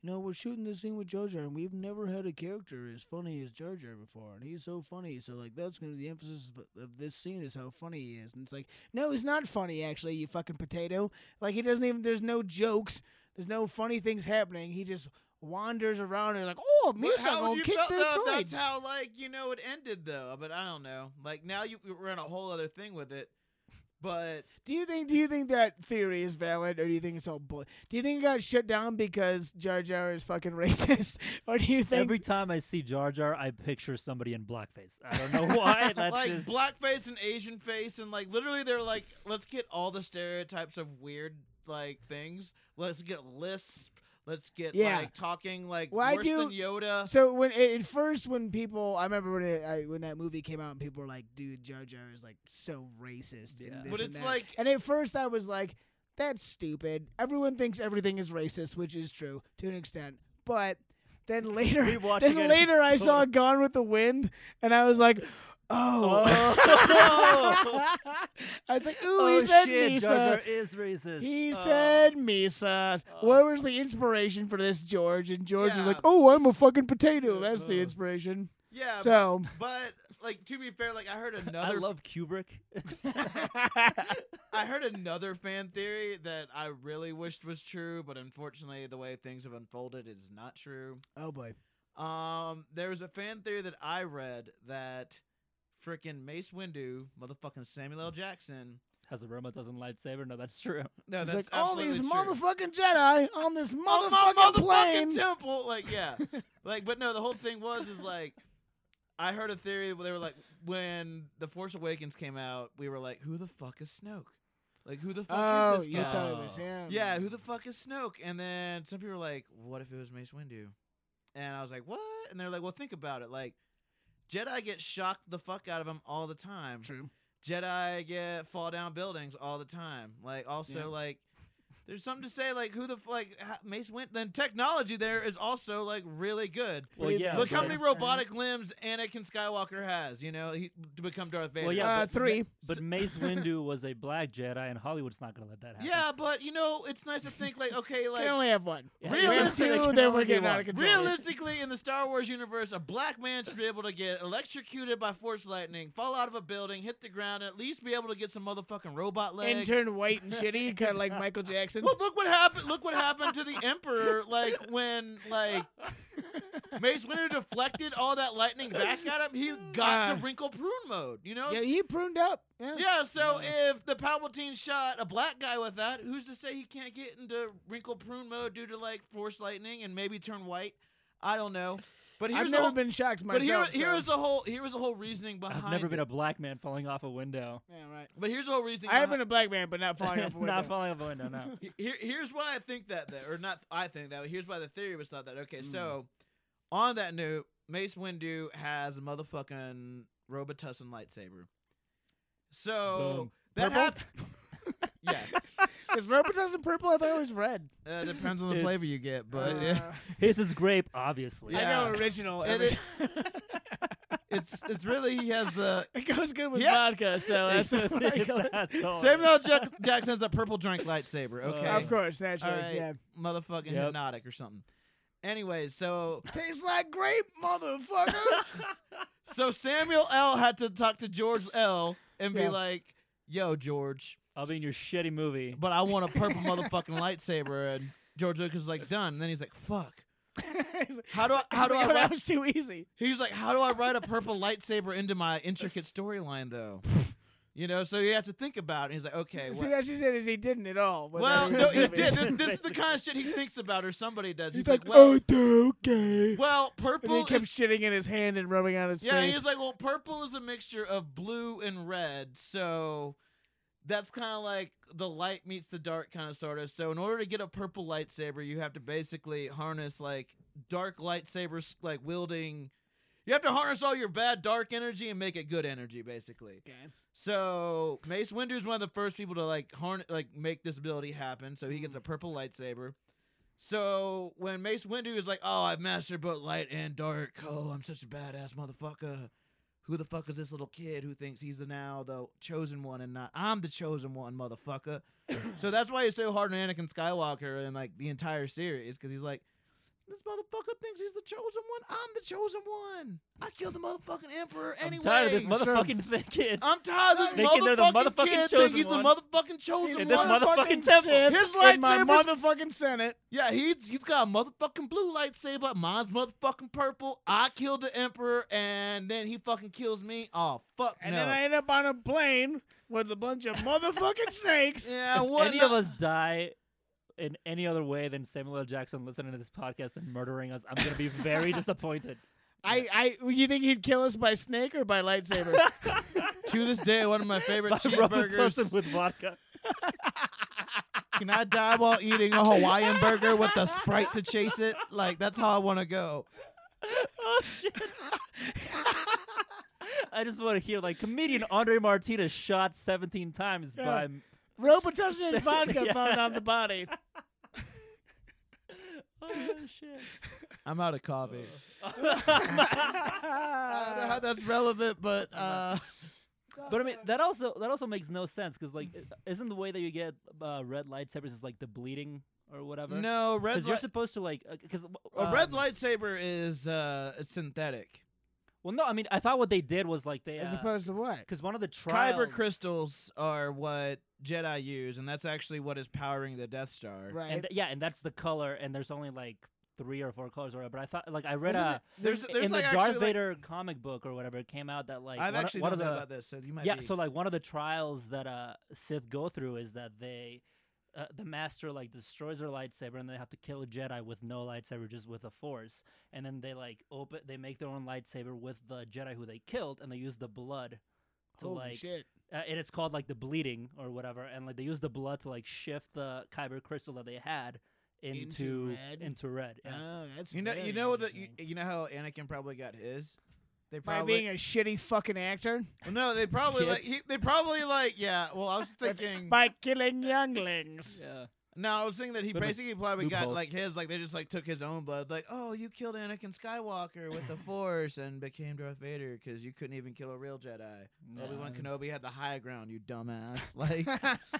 S1: You know, we're shooting this scene with Jar Jar, and we've never had a character as funny as Jar Jar before, and he's so funny. So, like, that's going to be the emphasis of, of this scene is how funny he is. And it's like, no, he's not funny, actually, you fucking potato. Like, he doesn't even, there's no jokes, there's no funny things happening. He just wanders around and, like, oh,
S2: But
S1: Misa
S2: how would
S1: going
S2: you
S1: kick
S2: felt,
S1: the
S2: though, if
S1: droid.
S2: That's how like you know it ended though. But I don't know. Like now you we're in a whole other thing with it. But
S1: Do you think do you think that theory is valid or do you think it's all bull? Do you think it got shut down because Jar Jar is fucking racist? or do you think
S3: Every time I see Jar Jar, I picture somebody in blackface. I don't know why. That's
S2: like
S3: just
S2: blackface and Asian face and like literally they're like let's get all the stereotypes of weird like things. Let's get lisp. Let's get
S1: Yeah.
S2: like talking like
S1: Well, I
S2: worse
S1: do-
S2: than Yoda.
S1: So when it, at first when people I remember when it, I, when that movie came out and people were like, "Dude, Jar Jar is like so racist."
S3: Yeah.
S1: And this
S2: But
S1: and
S2: it's
S1: that.
S2: like-
S1: and at first I was like, "That's stupid." Everyone thinks everything is racist, which is true to an extent, but then later,
S3: Rewatching
S1: then
S3: it, it's
S1: later I saw
S3: totally-
S1: Gone with the Wind, and I was like, "Oh."
S3: Oh.
S1: I was like, "Ooh,
S3: oh
S1: he said
S3: shit,
S1: Misa."
S3: Jar Jar is racist.
S1: He
S3: Oh.
S1: said Misa. What was the inspiration for this, George? And George is
S2: Oh. Yeah.
S1: like, "Oh, I'm a fucking potato." That's the
S2: Uh,
S1: inspiration.
S2: Yeah.
S1: So
S2: but like to be fair, like I heard
S3: I
S2: another
S3: love Kubrick.
S2: I heard another fan theory that I really wished was true, but unfortunately the way things have unfolded is not true.
S1: Oh boy.
S2: Um, there was a fan theory that I read that freaking Mace Windu, motherfucking Samuel L. Jackson.
S3: Has a Roma doesn't lightsaber? No, that's true.
S2: No,
S1: It's like
S2: that's
S1: all these
S2: absolutely true.
S1: motherfucking Jedi on this
S2: On
S1: Oh, motherfucking,
S2: my
S1: plane.
S2: temple. Like, yeah, like, but no, the whole thing was is like, I heard a theory where they were like, when the Force Awakens came out, we were like, who the fuck is Snoke? Like, who the fuck
S1: oh,
S2: is this
S1: you
S2: guy?
S1: thought it was him?
S3: Um,
S2: Yeah, who the fuck is Snoke? And then some people were like, what if it was Mace Windu? And I was like, what? And they're like, well, think about it. Like, Jedi get shocked the fuck out of them all the time.
S1: True.
S2: Jedi get fall down buildings all the time. Like, also,
S1: Yeah.
S2: like, there's something to say, like, who the, f- like, ha- Mace Windu, then technology there is also, like, really good.
S3: Well, yeah.
S2: Look how
S3: but-
S2: many robotic limbs Anakin Skywalker has, you know, he, to become Darth Vader.
S3: Well, yeah,
S1: Uh,
S3: but Ma-
S1: three.
S3: But Mace Windu was a black Jedi, and Hollywood's not gonna let that happen.
S2: Yeah, but, you know, it's nice to think, like, okay, like,
S1: can only have one.
S3: Yeah,
S1: We have
S3: realistically,
S1: two,
S3: can
S1: then
S3: only
S1: we're
S3: be
S1: getting out
S3: one.
S1: of control.
S2: Realistically, in the Star Wars universe, a black man should be able to get electrocuted by force lightning, fall out of a building, hit the ground, and at least be able to get some motherfucking robot
S1: and
S2: legs.
S1: turn white and shitty, kind of like Michael Jackson.
S2: well, look what happened! Look what happened to the Emperor. Like when, like Mace Windu deflected all that lightning back at him, he got
S1: Uh,
S2: to wrinkle prune mode. You know?
S1: yeah, he pruned up. Yeah.
S2: Yeah, so if the Palpatine shot a black guy with that, who's to say he can't get into wrinkle prune mode due to like force lightning and maybe turn white? I don't know. But here's
S1: I've
S2: the
S1: never
S2: whole-
S1: been shocked
S2: But here,
S1: myself.
S2: here
S1: so-
S2: is the whole here is the whole reasoning behind.
S3: I've never been
S2: it.
S3: a black man falling off a window.
S1: yeah, right.
S2: But here's the whole reasoning.
S1: I have
S2: behi-
S1: been a black man, but not falling off a window.
S3: Not falling off a window. No.
S2: He- Here, here's why I think that, that, or not, I think that. Here's why the theory was thought that. Okay,
S3: Hmm.
S1: Mm.
S2: so on that note, Mace Windu has a motherfucking Robitussin lightsaber. So
S3: Boom.
S2: that happened. yeah,
S1: Is Robitussin purple? I thought it was red.
S2: uh, depends on the
S3: It's-
S2: flavor you get, but
S1: Uh,
S2: yeah.
S3: His is grape, obviously.
S1: I know
S2: Yeah.
S1: original.
S2: It
S1: every
S2: is-
S1: time.
S2: it's it's really he has the
S1: it goes good with
S2: Yeah.
S1: vodka, so that's
S3: It's-
S1: what I call it.
S3: that's all.
S2: Samuel Jack- Jackson has a purple drink lightsaber.
S3: Uh,
S2: Okay,
S1: Of course,
S2: All
S1: naturally.
S2: right,
S1: Yeah.
S2: motherfucking
S3: Yep.
S2: hypnotic or something. Anyways, so
S1: Tastes like grape, motherfucker.
S2: so Samuel L had to talk to George L and be
S1: Yeah.
S2: like, "Yo, George,
S3: I'll be in your shitty movie.
S2: but I want a purple motherfucking lightsaber. And George Lucas is like, done. And then he's like, fuck.
S1: He's like-
S2: How do I, how
S1: he's
S2: do
S1: like,
S2: I
S1: "Oh, that
S2: write?
S1: was too easy.
S2: He's like, how do I write a purple lightsaber into my intricate storyline though? You know, so he has to think about it. And he's like, okay,
S1: See,
S2: what-
S1: that's just it. Is he didn't at all. with
S2: well,
S1: any of
S2: no,
S1: his
S2: he did.
S1: movies.
S2: This, this is the kind of shit he thinks about, or somebody does.
S1: He's
S2: He's,
S1: like,
S2: well,
S1: oh, duh, okay.
S2: well,
S1: and then
S2: purple.
S1: he kept
S2: is,
S1: shitting in his hand and rubbing on his
S2: yeah, and
S1: face.
S2: he's like, well, purple is a mixture of blue and red, so. That's kind of like the light meets the dark, kind of sort of. So, in order to get a purple lightsaber, you have to basically harness like dark lightsabers like wielding you have to harness all your bad dark energy and make it good energy basically
S1: okay.
S2: so mace windu is one of the first people to like harness like make this ability happen so he gets
S3: Mm.
S2: a purple lightsaber so when mace windu is like oh i've mastered both light and dark oh i'm such a badass motherfucker who the fuck is this little kid who thinks he's the now the chosen one and not i'm the chosen one motherfucker so that's why he's so hard on anakin skywalker in like the entire series because he's like this motherfucker thinks he's the chosen one. I'm the chosen one. I killed the motherfucking emperor
S3: I'm
S2: anyway.
S3: tired of this
S2: motherfucker.
S3: motherfucking thing. kid.
S2: I'm tired of this
S3: Thinking they're the
S2: motherfucking,
S3: motherfucking
S2: kid
S3: chosen
S2: think he's
S3: one.
S2: the motherfucking chosen
S3: And
S2: one.
S3: this motherfucking temple.
S1: Sith
S2: His
S1: in my
S2: lightsaber's-
S1: motherfucking Senate.
S2: yeah, he's he's got a motherfucking blue lightsaber. Mine's motherfucking purple. I killed the emperor, and then he fucking kills me. Oh fuck
S1: And
S2: no.
S1: then I end up on a plane with a bunch of motherfucking snakes.
S2: yeah,
S3: If
S2: what?
S3: any
S2: the-
S3: of us die in any other way than Samuel L. Jackson listening to this podcast and murdering us, I'm gonna be very disappointed.
S1: I, I, you think he'd kill us by snake or by lightsaber?
S2: to this day, one of my favorite
S3: By Robert Tosin
S2: cheeseburgers.
S3: with vodka.
S2: Can I die while eating a Hawaiian burger with a sprite to chase it? Like that's how I want to go.
S3: oh shit. I just want to hear like comedian Andre Martinez shot 17 times
S1: Yeah.
S3: by
S1: Robitussin and vodka
S3: Yeah.
S1: found on the body.
S3: oh shit.
S2: I'm out of coffee. I don't know how
S1: Uh,
S2: that's relevant, but uh,
S3: But I mean, that also that also makes no sense because like, i- isn't the way that you get uh, red lightsabers is like the bleeding or whatever?
S2: no red.
S3: because you're um,
S2: light-
S3: supposed to like uh, because
S2: a red lightsaber is uh, synthetic.
S3: Well, no, I mean, I thought what they did was like they uh,
S1: As
S3: because
S1: opposed to what?
S3: one of the trials.
S2: Kyber crystals are what Jedi use, and that's actually what is powering the Death Star.
S1: Right.
S3: and th- yeah, and that's the color, and there's only like three or four colors or whatever. But I thought like I read
S1: Isn't
S3: a,
S1: it-
S2: There's, there's
S3: in
S2: like
S3: the Darth
S2: actually, like-
S3: Vader comic book or whatever it came out that like
S2: I've
S3: one,
S2: actually
S3: of, one
S2: don't
S3: of
S2: know
S3: the
S2: about this, so you might
S3: yeah
S2: be.
S3: so like one of the trials that uh sith go through is that they uh, the master like destroys their lightsaber and they have to kill a jedi with no lightsaber just with a force and then they like open they make their own lightsaber with the jedi who they killed and they use the blood to
S1: Holy
S3: like
S1: shit.
S3: uh, and it's called like the bleeding or whatever and like they use the blood to like shift the kyber crystal that they had into
S1: Into red?
S3: into red, yeah.
S1: Oh, that's
S2: you know
S1: very
S2: you know that you,
S1: interesting.
S2: you know how Anakin probably got his. They
S1: by
S2: probably
S1: being a shitty fucking actor
S2: well, no, they probably like
S3: Kids.
S2: he, they probably like yeah. Well, I was thinking
S1: by killing younglings.
S3: yeah.
S2: No, I was saying that he
S3: Little
S2: basically probably got
S3: loophole.
S2: like his, like they just like took his own blood, like oh you killed Anakin Skywalker with the Force and became Darth Vader because you couldn't even kill a real Jedi. Obi Wan
S3: Nice.
S2: Kenobi had the high ground, you dumbass. Like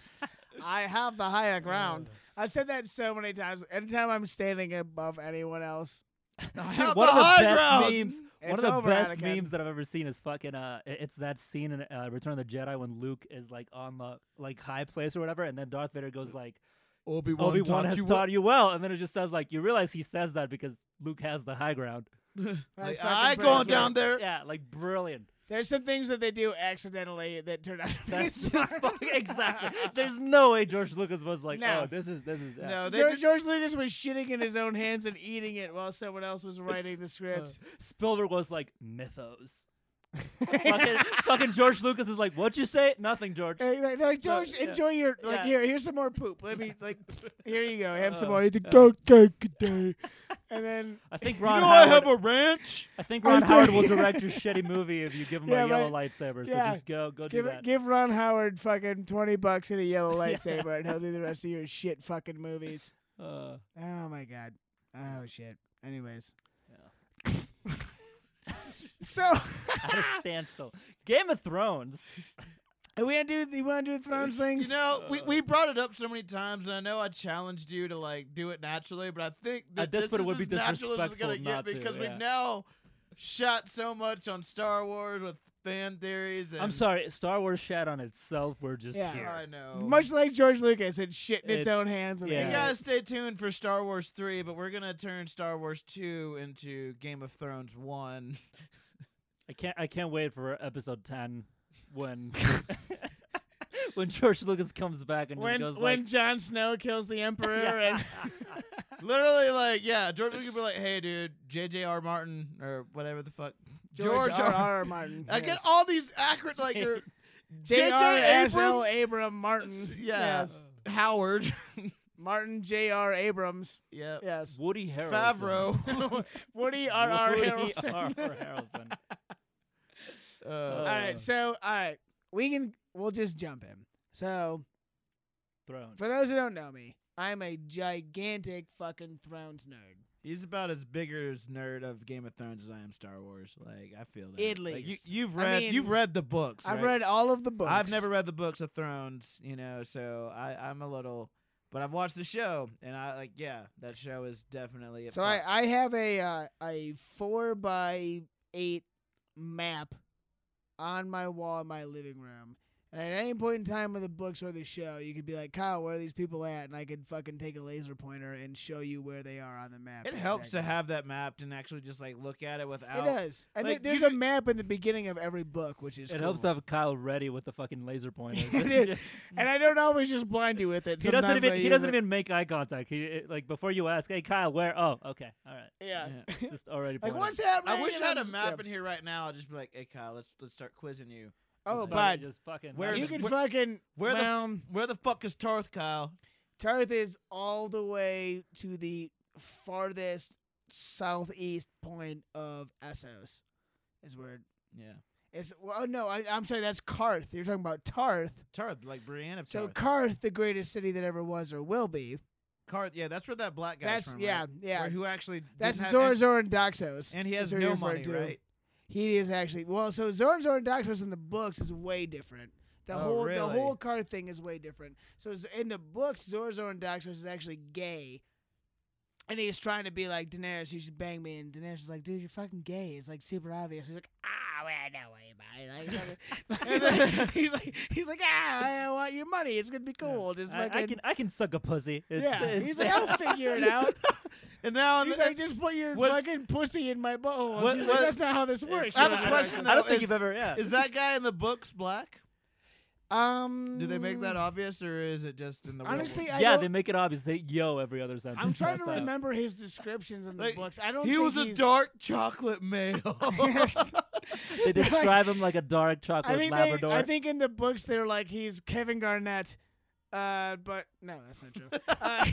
S1: I have the higher ground. I've said that so many times. Anytime I'm standing above anyone else,
S2: I
S3: Dude,
S2: have
S3: one
S2: the
S3: of the
S2: high
S3: best
S2: ground.
S3: memes.
S1: It's
S3: one of the
S1: over,
S3: best
S1: Anakin.
S3: memes that I've ever seen is fucking uh, i- it's that scene in uh, Return of the Jedi when Luke is like on the like high place or whatever, and then Darth Vader goes like,
S2: Obi
S3: "Obi Wan has taught you well," and then it just says like, "You realize he says that because Luke has the high ground."
S1: That's fucking
S2: I ain't going
S1: pretty
S2: down
S1: sweet.
S2: there.
S3: Yeah, like brilliant.
S1: There's some things that they do accidentally that turn out to be
S3: That's just
S1: smart.
S3: fucking exactly. There's no way George Lucas was like,
S1: No.
S3: oh, this is this is. uh,
S2: No, they
S1: George, George Lucas was shitting in his own hands and eating it while someone else was writing the
S3: uh,
S1: script.
S3: Spielberg was like mythos. Uh, fucking, fucking George Lucas is like, what'd you say? Nothing, George.
S1: And they're like, George,
S3: yeah.
S1: enjoy your like
S3: Yeah.
S1: here. Here's some more poop. Let me like here you go. Have some
S3: Oh,
S1: more. He's like,
S3: yeah.
S1: "Okay, good day." And then
S3: I think Ron
S2: know I
S3: Howard.
S2: have a ranch.
S3: I think
S1: I
S3: Ron
S1: think-
S3: Howard will direct your shitty movie if you give him
S1: Yeah,
S3: a yellow lightsaber. So
S1: Yeah.
S3: just go, go
S1: give
S3: do that.
S1: give Ron Howard fucking twenty bucks and a yellow lightsaber, and he'll do the rest of your shit fucking movies.
S3: Uh,
S1: Oh my god. Oh shit. Anyways. so
S3: at a standstill. Game of Thrones.
S1: are we gonna do the want to do the Thrones
S2: You
S1: things?
S2: know, we,
S3: Uh,
S2: we brought it up so many times, and I know I challenged you to like do it naturally, but I think that
S3: At this point, it
S2: is
S3: would be
S2: as natural as it's
S3: disrespectful
S2: gonna
S3: not
S2: get
S3: to,
S2: because
S3: yeah.
S2: we've now shot so much on Star Wars with fan theories. And
S3: I'm sorry, Star Wars shat on itself. We're just
S1: Yeah.
S3: here.
S2: I know.
S1: Much like George Lucas, it's shit in its,
S3: It's-
S1: own hands. And
S3: yeah.
S2: you
S1: everything.
S2: guys stay tuned for Star Wars three, but we're gonna turn Star Wars two into Game of Thrones one.
S3: I can't. I can't wait for episode ten when when George Lucas comes back and
S1: when
S3: just goes
S1: when
S3: like,
S1: Jon Snow kills the Emperor and
S2: Literally, like, yeah, George Lucas would be like, "Hey, dude, J.J.R. Martin or whatever the fuck,
S1: George R.
S2: R.
S1: R. Martin.
S2: I get
S1: yes.
S2: all these accurate, like, your
S1: J.R.S.L.
S2: Abrams?
S1: Abram Martin.
S2: Yeah.
S1: Yes.
S2: Howard,
S1: Martin J.R. Abrams.
S2: yeah,
S1: Yes.
S3: Woody Harrelson.
S2: Favreau.
S1: Woody R.R.
S3: Woody
S1: Harrelson.
S3: R. Harrelson.
S2: uh,
S1: All
S3: Uh,
S1: right. So, all right. We can, we'll just jump in. So,
S3: Thrones.
S1: for those who don't know me, I'm a gigantic fucking Thrones nerd.
S2: he's about as bigger as nerd of Game of Thrones as I am Star Wars. Like, I feel that.
S1: At
S2: Like, you,
S1: least.
S2: you've
S1: I
S2: read,
S1: mean,
S2: you've read the books.
S1: I've
S2: right?
S1: read all of the books.
S2: I've never read the books of Thrones, you know, so I, I'm a little, but I've watched the show, and I like, yeah, that show is definitely. A
S1: So I,
S2: pop-
S1: I have a uh, a four by eight map on my wall in my living room. And at any point in time with the books or the show, you could be like, Kyle, where are these people at? And I could fucking take a laser pointer and show you where they are on the map.
S2: It helps to
S1: exactly.
S2: have that mapped and actually just like look at it
S1: It
S2: without.
S1: does. And
S2: Like,
S1: there- there's
S2: you
S1: a
S2: could-
S1: map in the beginning of every book, which is
S3: It
S1: cool.
S3: helps to have Kyle ready with the fucking laser pointer.
S1: Dude, And I don't always just blind you with it.
S3: he doesn't
S1: Sometimes
S3: even
S1: I
S3: he
S1: use
S3: doesn't
S1: it-
S3: even make eye contact. He it- like before you ask, "Hey Kyle, where?" Oh, okay, all right.
S1: Yeah.
S2: Yeah.
S3: Just already.
S1: Like,
S3: pointed.
S1: what's happening?
S2: I wish
S1: And
S2: I had
S1: I'm
S2: a
S1: just-
S2: map
S1: yeah.
S2: in here right now. I'd just be like, "Hey Kyle, let's let's start quizzing you.
S1: Oh,
S3: Just fucking-
S1: bud.
S3: just fucking.
S2: Where's-
S1: You
S3: Just-
S1: can
S2: where-
S1: fucking.
S2: where the-
S1: well,
S2: Where the fuck is Tarth, Kyle?
S1: Tarth is all the way to the farthest southeast point of Essos. Is where
S2: Yeah,
S1: it's. Well, oh, no, I, I'm sorry. That's Karth. You're talking about Tarth.
S2: Tarth, like Brienne of
S1: So
S2: Tarth.
S1: Karth, the greatest city that ever was or will be.
S2: Karth, yeah, that's where that black guy's
S1: That's
S2: from.
S1: yeah,
S2: right?
S1: yeah.
S2: Where- who actually?
S1: that's
S2: didn't
S1: Zor
S2: have-
S1: Zor and Doxos.
S2: and, and he
S1: is
S2: has
S1: who you're
S2: no money,
S1: referring to.
S2: right?
S1: He is actually well. So Zor Zor and Doxos in the books is way different. The
S2: Oh,
S1: whole the
S2: really?
S1: whole Karth thing is way different. So it's- in the books, Zor Zor and Doxos is actually gay, and he's trying to be like Daenerys. You should bang me, and Daenerys is like, "Dude, you're fucking gay." It's like super obvious. He's like, "Ah, well, don't worry about it." Like, he's like, he's like, "Ah, I want your money. It's gonna be cool." Just
S3: I,
S1: fucking.
S3: I can I can suck a pussy. It's,
S1: yeah,
S3: it's,
S1: he's like, I'll figure it out.
S2: And now
S1: He's
S2: and-
S1: like, just put your
S2: What-
S1: fucking pussy in my butthole.
S2: What-
S1: She's like,
S2: what-
S1: that's not how this works.
S2: I have a
S1: She's like,
S2: question,
S3: I don't
S2: though.
S3: think
S2: Is-
S3: you've ever. Yeah.
S2: is that guy in the books black?
S1: Um,
S2: Do they make that obvious, or is it just in the real
S1: Mm. Honestly,
S2: world?
S1: I
S3: yeah,
S1: don't-
S3: they make it obvious. They yo every other sentence.
S1: I'm trying to
S3: That's how-
S1: remember his descriptions in the
S2: Like,
S1: books. I don't.
S2: he
S1: think
S2: was a
S1: he's-
S2: dark chocolate male.
S1: Yes.
S3: They
S1: They're like-
S3: describe him like a dark
S1: I
S3: chocolate
S1: think
S3: Labrador.
S1: they, I think in the books they're like he's Kevin Garnett, uh, but no, that's not true. Uh,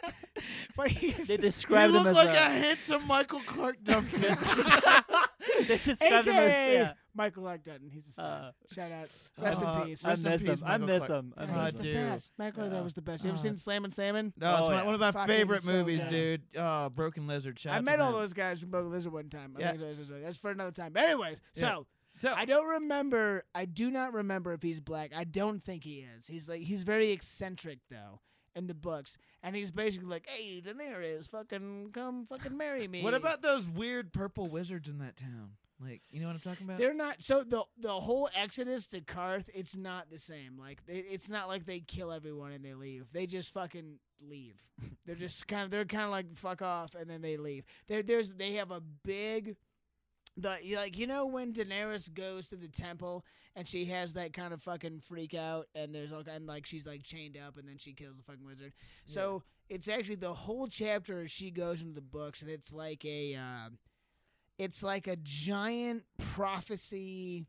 S1: but he's
S3: they
S2: You
S3: describe
S2: look
S3: him as
S2: like a
S3: a,
S2: handsome Michael Clark Duncan.
S3: they describe him
S1: AKA
S3: as
S1: Michael Clark Dutton. He's a star.
S3: Uh,
S1: Shout out. Rest
S2: Uh,
S1: in peace.
S3: yeah. I
S2: Rest in
S3: miss
S2: peace,
S3: him. I
S2: Michael
S3: miss
S2: Clark.
S3: him. I
S1: Oh,
S2: God,
S1: he's
S3: miss
S1: the
S3: him.
S2: dude.
S1: best. Michael Clark
S3: Uh,
S1: Dutton was the best. You ever
S3: uh,
S1: seen Slam and Salmon?
S2: No, it's
S3: Oh,
S2: my,
S3: yeah.
S2: one of my
S1: Fucking
S2: favorite
S1: so
S2: movies,
S1: good.
S2: dude. Oh, Broken Lizard. shout out
S1: I
S2: to
S1: met all
S2: them.
S1: those guys from Broken Lizard one time. I
S2: Yeah.
S1: think it was- it was- That's for another time. But anyways,
S2: Yeah.
S1: so
S2: So,
S1: I don't remember. I do not remember if he's black. I don't think he is. He's like he's very eccentric though in the books, and he's basically like, "Hey, Daenerys, fucking come, fucking marry me."
S2: what about those weird purple wizards in that town? Like, you know what I'm talking about?
S1: They're not so the the whole Exodus to Karth. It's not the same. Like it, it's not like they kill everyone and they leave. They just fucking leave. They're just kind of they're kind of like fuck off and then they leave. There there's they have a big The you- like you know when Daenerys goes to the temple and she has that kind of fucking freak out and there's all and like she's like chained up and then she kills the fucking wizard. So it's actually the whole chapter as she goes into the books and it's like a uh, it's like a giant prophecy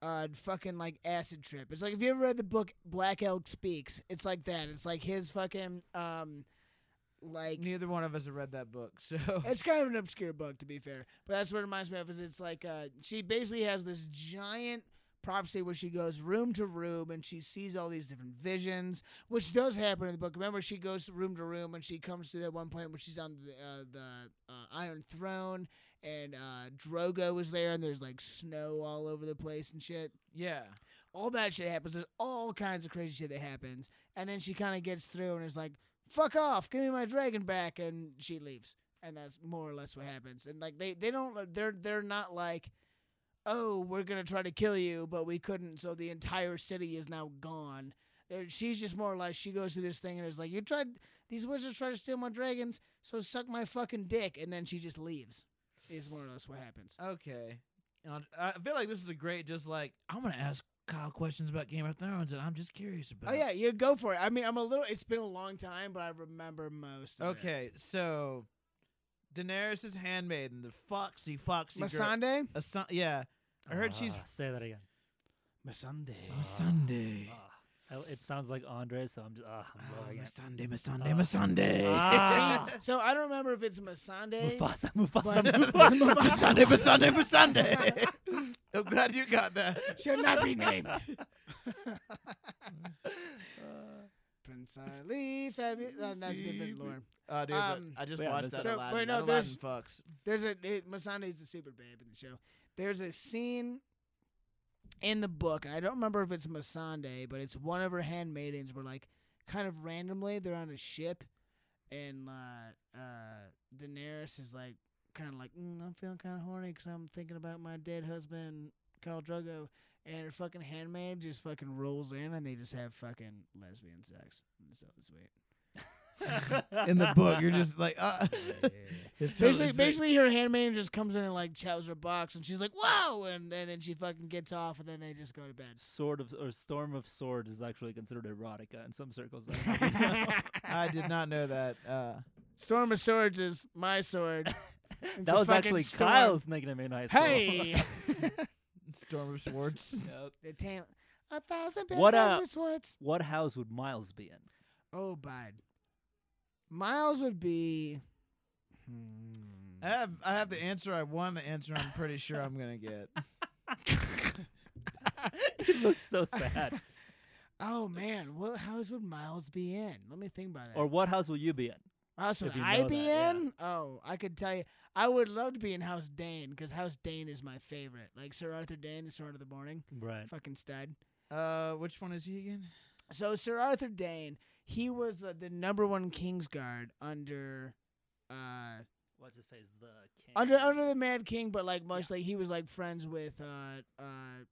S1: uh fucking like acid trip. It's like if you ever read the book Black Elk Speaks, it's like that. It's like his fucking um like
S2: Neither one of us have read that book, so
S1: it's kind of an obscure book, to be fair. But that's what it reminds me of. Is it's like uh, she basically has this giant prophecy where she goes room to room and she sees all these different visions, which does happen in the book. Remember, she goes room to room and she comes to that one point where she's on the uh, the uh, Iron Throne and uh, Drogo is there and there's like snow all over the place and shit
S2: yeah.
S1: all that shit happens. There's all kinds of crazy shit that happens. And then she kind of gets through and is like, fuck off, give me my dragon back. And she leaves. And that's more or less what happens. And like, they, they don't, they're, they're not like, oh, we're going to try to kill you, but we couldn't. So the entire city is now gone. There, she's just more or less, she goes through this thing and is like, you tried, these wizards tried to steal my dragons, so suck my fucking dick. And then she just leaves, is more or less what happens.
S2: Okay. And I feel like this is a great, just like I'm gonna ask Kyle questions about Game of Thrones, and I'm just curious about.
S1: Oh yeah, you go for it. I mean, I'm a little. It's been a long time, but I remember most. Of it.
S2: Okay, so Daenerys' handmaiden, the foxy, foxy girl.
S1: Masande.
S2: Asan- yeah, I heard she's
S3: Ah, say that again.
S1: Masande.
S2: Sunday.
S3: Ah. I- it sounds like Andre, so I'm just ah, I'm rolling it.
S2: Sunday,
S3: Ah.
S2: Sunday, Sunday.
S3: Ah.
S1: So I don't remember if it's Masande.
S3: Mufasa, Mufasa, Mufasa.
S2: Sunday, Sunday, Sunday. I'm glad you got that.
S1: Should not be named. Prince Ali, Fabi- no, that's different lore.
S2: Uh, dude,
S1: Um,
S2: but I just
S3: yeah,
S2: watched
S3: this-
S2: that
S3: So,
S2: Aladdin.
S1: wait, no,
S2: that
S1: there's-
S2: Aladdin fucks.
S1: There's a it, Masande's the super babe in the show. There's a scene in the book, and I don't remember if it's Masande, but it's one of her handmaidens where like kind of randomly they're on a ship and uh, uh, Daenerys is like kind of like mm, I'm feeling kind of horny because I'm thinking about my dead husband Khal Drogo, and her fucking handmaid just fucking rolls in and they just have fucking lesbian sex. So sweet.
S2: In the book, you're just like, uh. it's totally
S1: Basically,
S2: sick.
S1: basically, her handmaid just comes in and like chows her box, and she's like, "Whoa!" And, and then she fucking gets off, and then they just go to bed.
S3: Sword of or Storm of Swords is actually considered erotica in some circles.
S2: I did not know that. Uh,
S1: Storm of Swords is my sword. It's
S3: that
S1: a
S3: was
S1: fucking
S3: actually
S1: storm.
S3: Kyle's nickname in high school.
S1: Hey,
S2: Storm of Swords.
S3: Yep.
S1: the tam- a thousand
S3: What,
S1: what
S3: uh,
S1: with swords.
S3: What house would Miles be in?
S1: Oh, bud. Miles would be. Hmm.
S2: I
S3: Eh?
S2: have I have the answer I want, the answer I'm pretty sure I'm gonna get.
S3: He looks so sad.
S1: Oh man, what house would Miles be in? Let me think about that.
S3: or what house will you be in?
S1: House
S3: If
S1: would
S3: you
S1: I
S3: know
S1: be
S3: that, yeah.
S1: in? Oh, I could tell you. I would love to be in House Dane because House Dane is my favorite. Like Sir Arthur Dane, the Sword of the Morning,
S3: Right.
S1: fucking stud.
S2: Uh, which one is he again?
S1: So Sir Arthur Dane, he was uh, the number one Kingsguard under, uh,
S3: What's his face? The king.
S1: under under the Mad King, but like mostly he was like friends with uh, uh,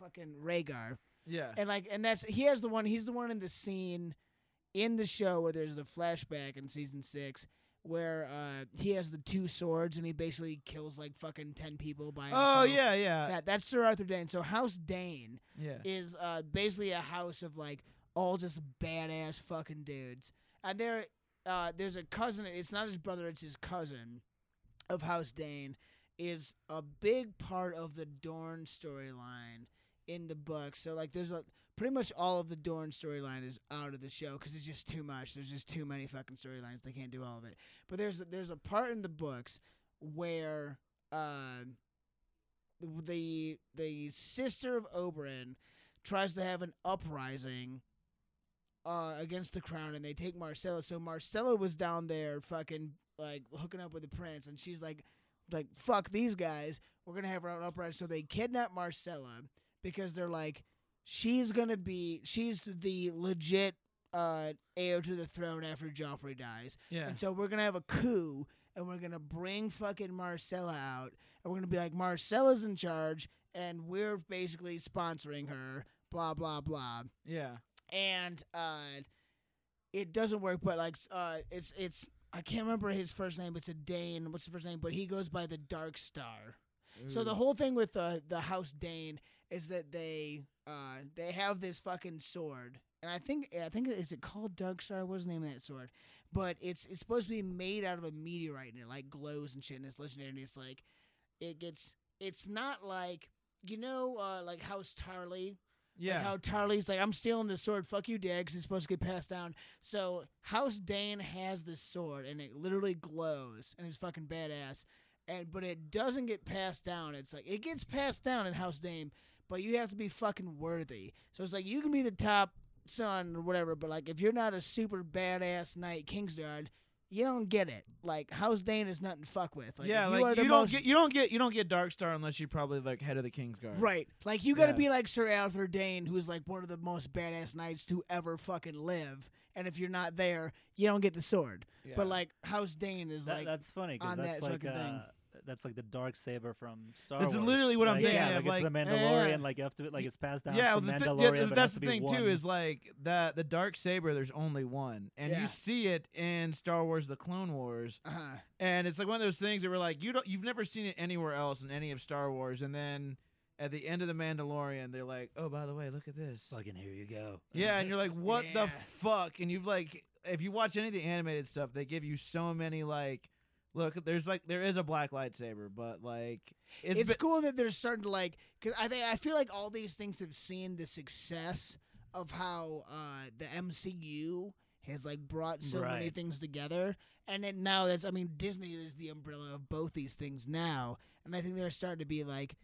S1: fucking Rhaegar.
S2: Yeah.
S1: And like, and that's he has the one. He's the one in the scene in the show where there's the flashback in season six where uh, he has the two swords and he basically kills like fucking ten people by himself.
S2: Oh yeah, yeah,
S1: That, that's Sir Arthur Dane. So House Dane
S2: yeah.
S1: is uh, basically a house of like all just badass fucking dudes. And there, uh, there's a cousin. It's not his brother. It's his cousin of House Dane. Is a big part of the Dorn storyline in the book. So like, there's a pretty much all of the Dorn storyline is out of the show because it's just too much. There's just too many fucking storylines. They can't do all of it. But there's there's a part in the books where. Uh, the the sister of Oberyn tries to have an uprising uh, against the crown, and they take Marcella. So Marcella was down there, fucking like hooking up with the prince, and she's like, like fuck these guys. We're gonna have our own uprising. So they kidnap Marcella because they're like, she's gonna be, she's the legit uh, heir to the throne after Joffrey dies.
S2: Yeah.
S1: And so we're gonna have a coup, and we're gonna bring fucking Marcella out, and we're gonna be like, Marcella's in charge, and we're basically sponsoring her. Blah blah blah.
S2: Yeah.
S1: And uh, it doesn't work, but like, uh, it's it's I can't remember his first name. It's a Dane. What's the first name? But he goes by the Dark Star. So
S2: Mm.
S1: the whole thing with the the House Dane is that they uh they have this fucking sword, and I think I think is it called Dark Star? What's the name of that sword? But it's it's supposed to be made out of a meteorite, and it like glows and shit, and it's legendary. And it's like it gets. It's not like you know uh like House Tarly. Like
S2: yeah.
S1: how Tarly's like, I'm stealing this sword. Fuck you, Dad, 'cause it's supposed to get passed down. So House Dane has this sword, and it literally glows, and it's fucking badass. And but it doesn't get passed down. It's like it gets passed down in House Dane, but you have to be fucking worthy. So it's like you can be the top son or whatever, but like if you're not a super badass knight, Kingsguard, you don't get it. Like House Dane is nothing to fuck with. Like,
S2: yeah,
S1: if
S2: like
S1: you are the
S2: don't
S1: most-
S2: get you don't get you don't get Dark Star unless you probably like head of the King's Guard.
S1: Right. Like you got to
S2: Yeah.
S1: be like Sir Arthur Dane, who's like one of the most badass knights to ever fucking live. And if you're not there, you don't get the sword.
S2: Yeah.
S1: But like House Dane is
S3: That,
S1: like
S3: that's funny because
S1: on
S3: that's
S1: that
S3: like
S1: fucking thing.
S3: uh, that's like the dark saber from Star
S2: That's
S3: Wars.
S2: literally what I'm
S3: Like,
S2: thinking
S3: Yeah,
S2: of,
S3: like, it's the
S2: like-
S3: Mandalorian.
S1: Yeah.
S3: Like you have to like it's passed down.
S2: yeah,
S3: to
S2: the thi- yeah,
S3: Mandalorian, but it has
S2: that's
S3: to
S2: the
S3: be
S2: thing
S3: one.
S2: too is like that the dark saber. There's only one, and
S1: Yeah.
S2: you see it in Star Wars: The Clone Wars,
S1: uh-huh.
S2: and it's like one of those things that we're like you don't you've never seen it anywhere else in any of Star Wars, and then at the end of the Mandalorian, they're like, oh by the way, look at this.
S3: fucking here you go.
S2: yeah, and you're like, what the
S1: Yeah.
S2: fuck? And you've like, if you watch any of the animated stuff, they give you so many like. Look, there's like there is a black lightsaber, but like
S1: It's,
S2: been-
S1: cool that they're starting to like cuz I think I feel like all these things have seen the success of how uh the MCU has like brought so many
S3: Right.
S1: things together and then now that's I mean Disney is the umbrella of both these things now and I think they're starting to be like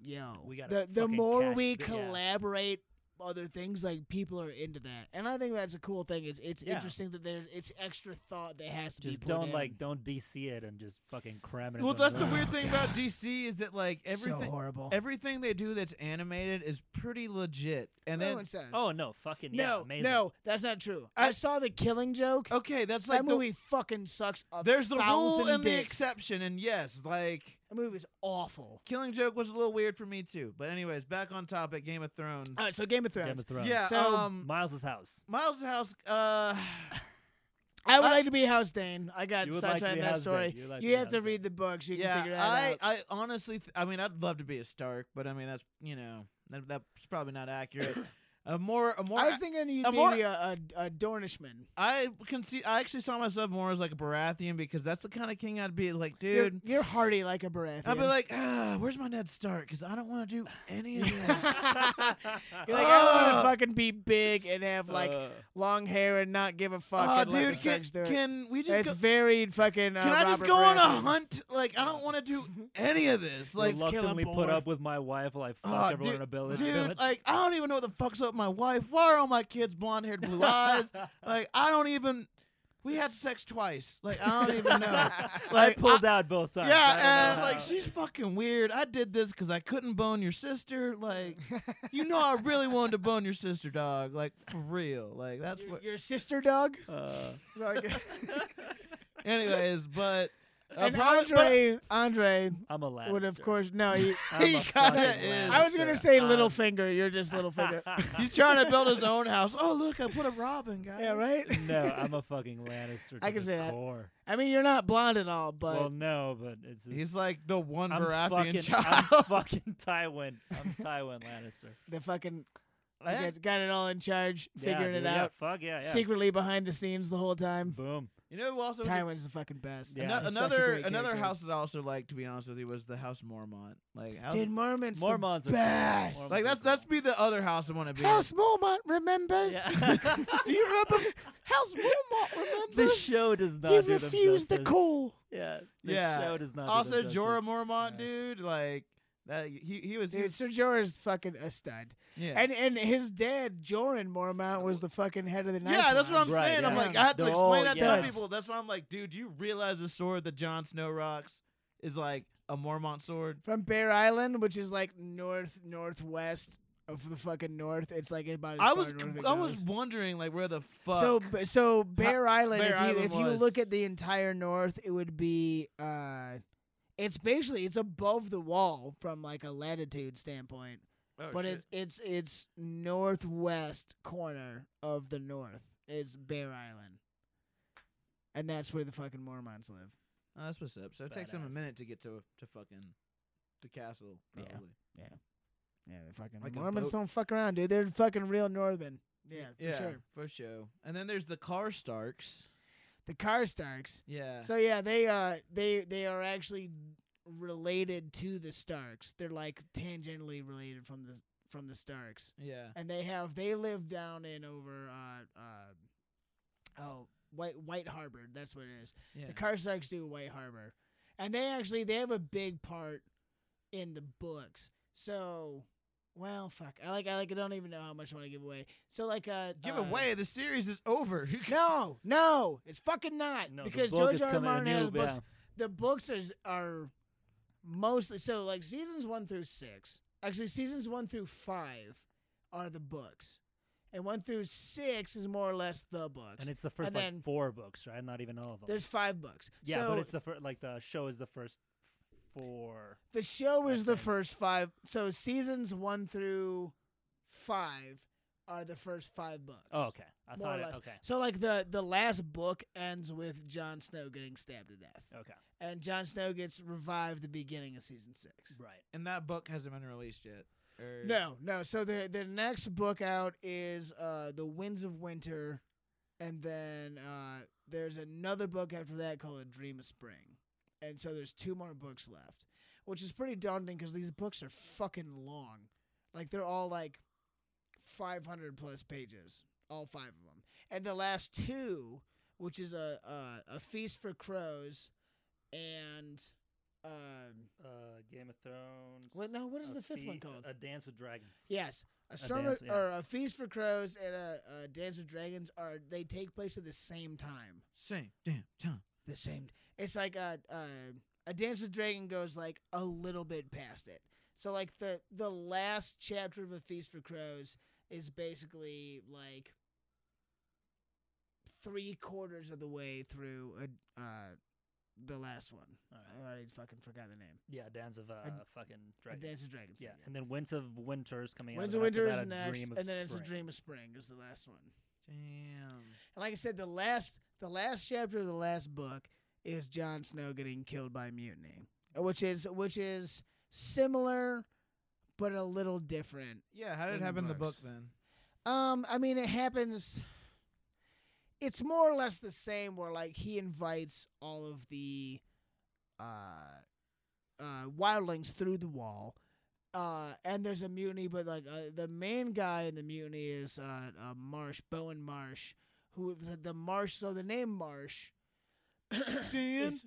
S1: yo
S3: We gotta
S1: the the
S3: fucking
S1: more
S3: cash
S1: we
S3: the- yeah.
S1: collaborate other things like people are into that and I think that's a cool thing it's it's
S3: Yeah.
S1: interesting that there's it's extra thought that has to
S3: Just
S1: be put
S3: don't
S1: in.
S3: like don't DC it and just fucking cram it.
S2: Well,
S3: into one
S2: that's the
S3: movie.
S2: weird thing about DC is that like
S1: so
S2: everything,
S1: horrible
S2: everything they do that's animated is pretty legit. And
S1: Everyone
S2: then
S1: says
S3: Oh no, fucking yeah,
S1: no,
S3: amazing.
S1: no, that's not true. I,
S2: I-
S1: saw the Killing Joke.
S2: okay, that's
S1: that
S2: like
S1: movie fucking sucks. A
S2: the, there's the rule
S1: thousand
S2: and the
S1: dicks.
S2: exception, and yes, like
S1: That movie is awful.
S2: Killing Joke was a little weird for me too. But anyways, back on topic, Game of Thrones.
S1: All right, so Game of Thrones.
S3: Game of Thrones.
S2: yeah,
S1: Uh, So,
S2: um,
S3: Miles's house.
S2: Miles House. Uh,
S1: I would
S2: I-
S1: like to be House Dane. I got
S3: You would like
S1: sidetracked
S3: to be
S1: in that
S3: House
S1: story.
S3: Dane. You would like to
S1: you
S3: be
S1: have to
S3: House
S1: read the books. You can
S2: yeah,
S1: figure that
S2: I,
S1: out.
S2: I honestly, th- I mean, I'd love to be a Stark, but I mean, that's you know, that, that's probably not accurate. A more, a more.
S1: I was thinking you'd
S2: a
S1: be
S2: more-
S1: the, uh, a, a Dornishman.
S2: I can see. I actually saw myself more as like a Baratheon because that's the kind of king I'd be. Like,
S1: You're,
S2: dude,
S1: you're hardy like a Baratheon.
S2: I'd be like, ah, where's my Ned Stark? Because I don't want to do any of this.
S1: You're like, I want
S2: Ugh. Uh.
S1: to fucking be big and have like
S3: Uh,
S1: long hair and not give a fuck.
S2: Aw,
S1: and let the
S2: dude, can,
S1: Starks do it.
S2: can we just?
S1: it's
S2: go-
S1: very fucking. Uh,
S2: can I just
S1: Robert
S2: go on a
S1: Baratheon.
S2: hunt? Like, I don't want to do any of this. Like,
S1: kill a
S3: reluctantly put
S1: boar.
S3: up with my wife while I fuck
S2: aw,
S3: everyone in
S2: Oh, dude,
S3: a village.
S2: dude,
S3: village.
S2: like, I don't even know what the fuck's up with my wife. Why are all my kids blonde haired, blue eyes? Like, I don't even. We had sex twice. Like, I don't even know.
S3: I
S2: Like,
S3: pulled out both times.
S2: Yeah,
S3: I
S2: and
S3: don't know
S2: like
S3: how-
S2: she's fucking weird. I did this because I couldn't bone your sister. Like, you know, I really wanted to bone your sister, dog. Like for real. Like that's
S1: Your,
S2: what.
S1: your sister, Doug.
S2: Uh,
S1: Like-
S2: anyways, but uh,
S1: and
S2: probably- but-
S1: Andre, Andre
S3: I'm a lad.
S1: would of course no. He,
S3: I'm
S2: he
S3: a
S2: kinda
S3: fucking
S2: is.
S1: I was gonna
S2: Uh,
S1: say
S3: Lannister.
S1: little
S3: Um,
S1: finger. You're just little finger.
S2: he's trying to build his own house. Oh look, I put a Robin, guys.
S1: yeah, right.
S3: no, I'm a fucking Lannister. To
S1: I can
S3: the
S1: say that.
S3: core.
S1: I mean, you're not blonde at all, but
S3: well, no, but it's. Just,
S2: He's like the one
S3: I'm
S2: Baratheon
S3: fucking,
S2: child.
S3: I'm fucking Tywin. I'm Tywin Lannister.
S1: the fucking
S2: I
S1: you
S2: had-
S1: got, got it all in charge,
S3: Yeah,
S1: figuring
S3: dude,
S1: it out
S3: Yeah, fuck yeah, yeah.
S1: secretly behind the scenes the whole time.
S3: Boom.
S2: you know who also was a-
S1: Tywin's the fucking best.
S3: Yeah.
S2: ano-
S1: He's such a
S2: another
S1: great
S2: another
S1: character.
S2: house that I also liked, to be honest with you, was the House Mormont. Like, house,
S1: Dude, Mormon's
S3: Mormons
S1: the
S3: are cool.
S1: best.
S3: Mormons
S2: like
S3: are
S2: that's
S3: cool.
S2: that's be the other house I want to be. in.
S1: House Mormont remembers.
S3: Yeah.
S2: Do you remember House Mormont? Remember
S3: the show does not.
S1: he
S3: do them
S1: refused the
S3: justice.
S1: call.
S3: Yeah. The
S2: Yeah.
S3: show does not. do
S2: also
S3: them justice.
S2: Jorah Mormont,
S1: Yes.
S2: dude. Like that, he he was, he
S1: Dude,
S2: was
S1: Sir Jorah's fucking a stud.
S2: yeah.
S1: And and his dad, Joran Mormont, was the fucking head of the Night's
S2: yeah, that's what
S1: Watch.
S2: I'm
S3: Right,
S2: saying. I'm
S1: yeah.
S2: like, I had to
S3: They're
S2: explain
S3: all
S2: that to some
S1: studs.
S2: people. That's why I'm like, dude, you realize the sword that Jon Snow rocks is like a Mormont sword?
S1: From Bear Island, which is like north northwest of the fucking north. It's like about as
S2: I
S1: far
S2: was
S1: north it
S2: I was
S1: goes.
S2: wondering like where the fuck.
S1: So
S2: Oh,
S1: b- so Bear Island,
S2: Bear
S1: if you
S2: Island
S1: if you
S2: was-
S1: look at the entire north, it would be uh it's basically it's above the wall from like a latitude standpoint.
S2: Oh,
S1: but
S2: shit.
S1: it's it's it's northwest corner of the north is Bear Island. and that's where the fucking Mormons live.
S2: Oh, that's what's up. So it takes them a
S3: Badass.
S2: minute to get to to fucking to castle.
S1: Yeah.
S2: Probably.
S1: Yeah, the fucking
S2: Like a
S1: Mormons
S2: boat.
S1: don't fuck around, dude. They're fucking real Northern. Yeah, for
S2: yeah,
S1: sure.
S2: for sure. And then there's the car Starks.
S1: The Karstarks.
S2: Yeah.
S1: So yeah, they uh they they are actually related to the Starks. They're like tangentially related from the from the Starks.
S2: yeah.
S1: And they have they live down in over uh uh oh White White Harbor. That's what it is.
S2: Yeah.
S1: The Karstarks do White Harbor, and they actually they have a big part in the books. So, well, fuck. I like I like I don't even know how much I want to give away. So like uh
S2: Give
S1: uh,
S2: away. The series is over.
S1: No, no, it's fucking not
S3: No, the
S1: because
S3: book
S1: George
S3: is
S1: R. R.
S3: coming- the
S1: Martin has
S3: new-
S1: books.
S3: yeah.
S1: The books is, are mostly so like seasons one through six. Actually, seasons one through five are the books, and one through six is more or less the books.
S3: And it's the first
S1: then-
S3: like four books, right? Not even all of them.
S1: There's five books.
S3: yeah,
S1: so
S3: but it's the first like the show is the first four.
S1: The show
S3: I
S1: is the
S3: think.
S1: first five. So seasons one through five are the first five books.
S3: Oh, okay. I
S1: More
S3: thought
S1: or
S3: it,
S1: less.
S3: okay.
S1: So like the the last book ends with Jon Snow getting stabbed to death,
S3: Okay.
S1: and Jon Snow gets revived the beginning of season six.
S3: Right.
S2: and that book hasn't been released yet. Er, Or-
S1: No, no. So the the next book out is uh the Winds of Winter, and then uh there's another book after that called A Dream of Spring, and so there's two more books left, which is pretty daunting because these books are fucking long, like they're all like 500 plus pages, all five of them, and the last two, which is a a, a Feast for Crows, and um
S3: Uh, Game of Thrones.
S1: what no what is the fifth one called?
S3: A Dance with Dragons.
S1: Yes, a storm of-
S3: dance, yeah.
S1: or a feast for crows and a, a dance with dragons are they take place at the same time.
S2: Same damn time.
S1: The same. It's like a a, a dance with dragon goes like a little bit past it. So like the the last chapter of a feast for crows is basically like three quarters of the way through a, uh the last one.
S3: All right.
S1: I already fucking forgot the name.
S3: Yeah, Dance of uh, fucking
S1: A
S3: Dragons.
S1: dance with dragons.
S3: yeah,
S1: thing,
S3: and then Winds of Winter's coming
S1: Winds
S3: out.
S1: of
S3: and after
S1: winter
S3: that,
S1: is
S3: A
S1: next,
S3: Dream
S1: and
S3: of
S1: then it's a
S3: Spring.
S1: dream of spring is the last one.
S2: Damn.
S1: And like I said, the last the last chapter of the last book is Jon Snow getting killed by mutiny, which is which is similar but a little different.
S2: Yeah. How did
S1: In
S2: it
S1: the
S2: happen in the book
S1: books.
S2: then?
S1: Um, I mean, it happens. It's more or less the same, where like he invites all of the uh, uh, wildlings through the wall, uh, and there's a mutiny. But like uh, the main guy in the mutiny is uh, uh Marsh Bowen Marsh, who the, the Marsh. So the name Marsh
S2: Stan.
S1: is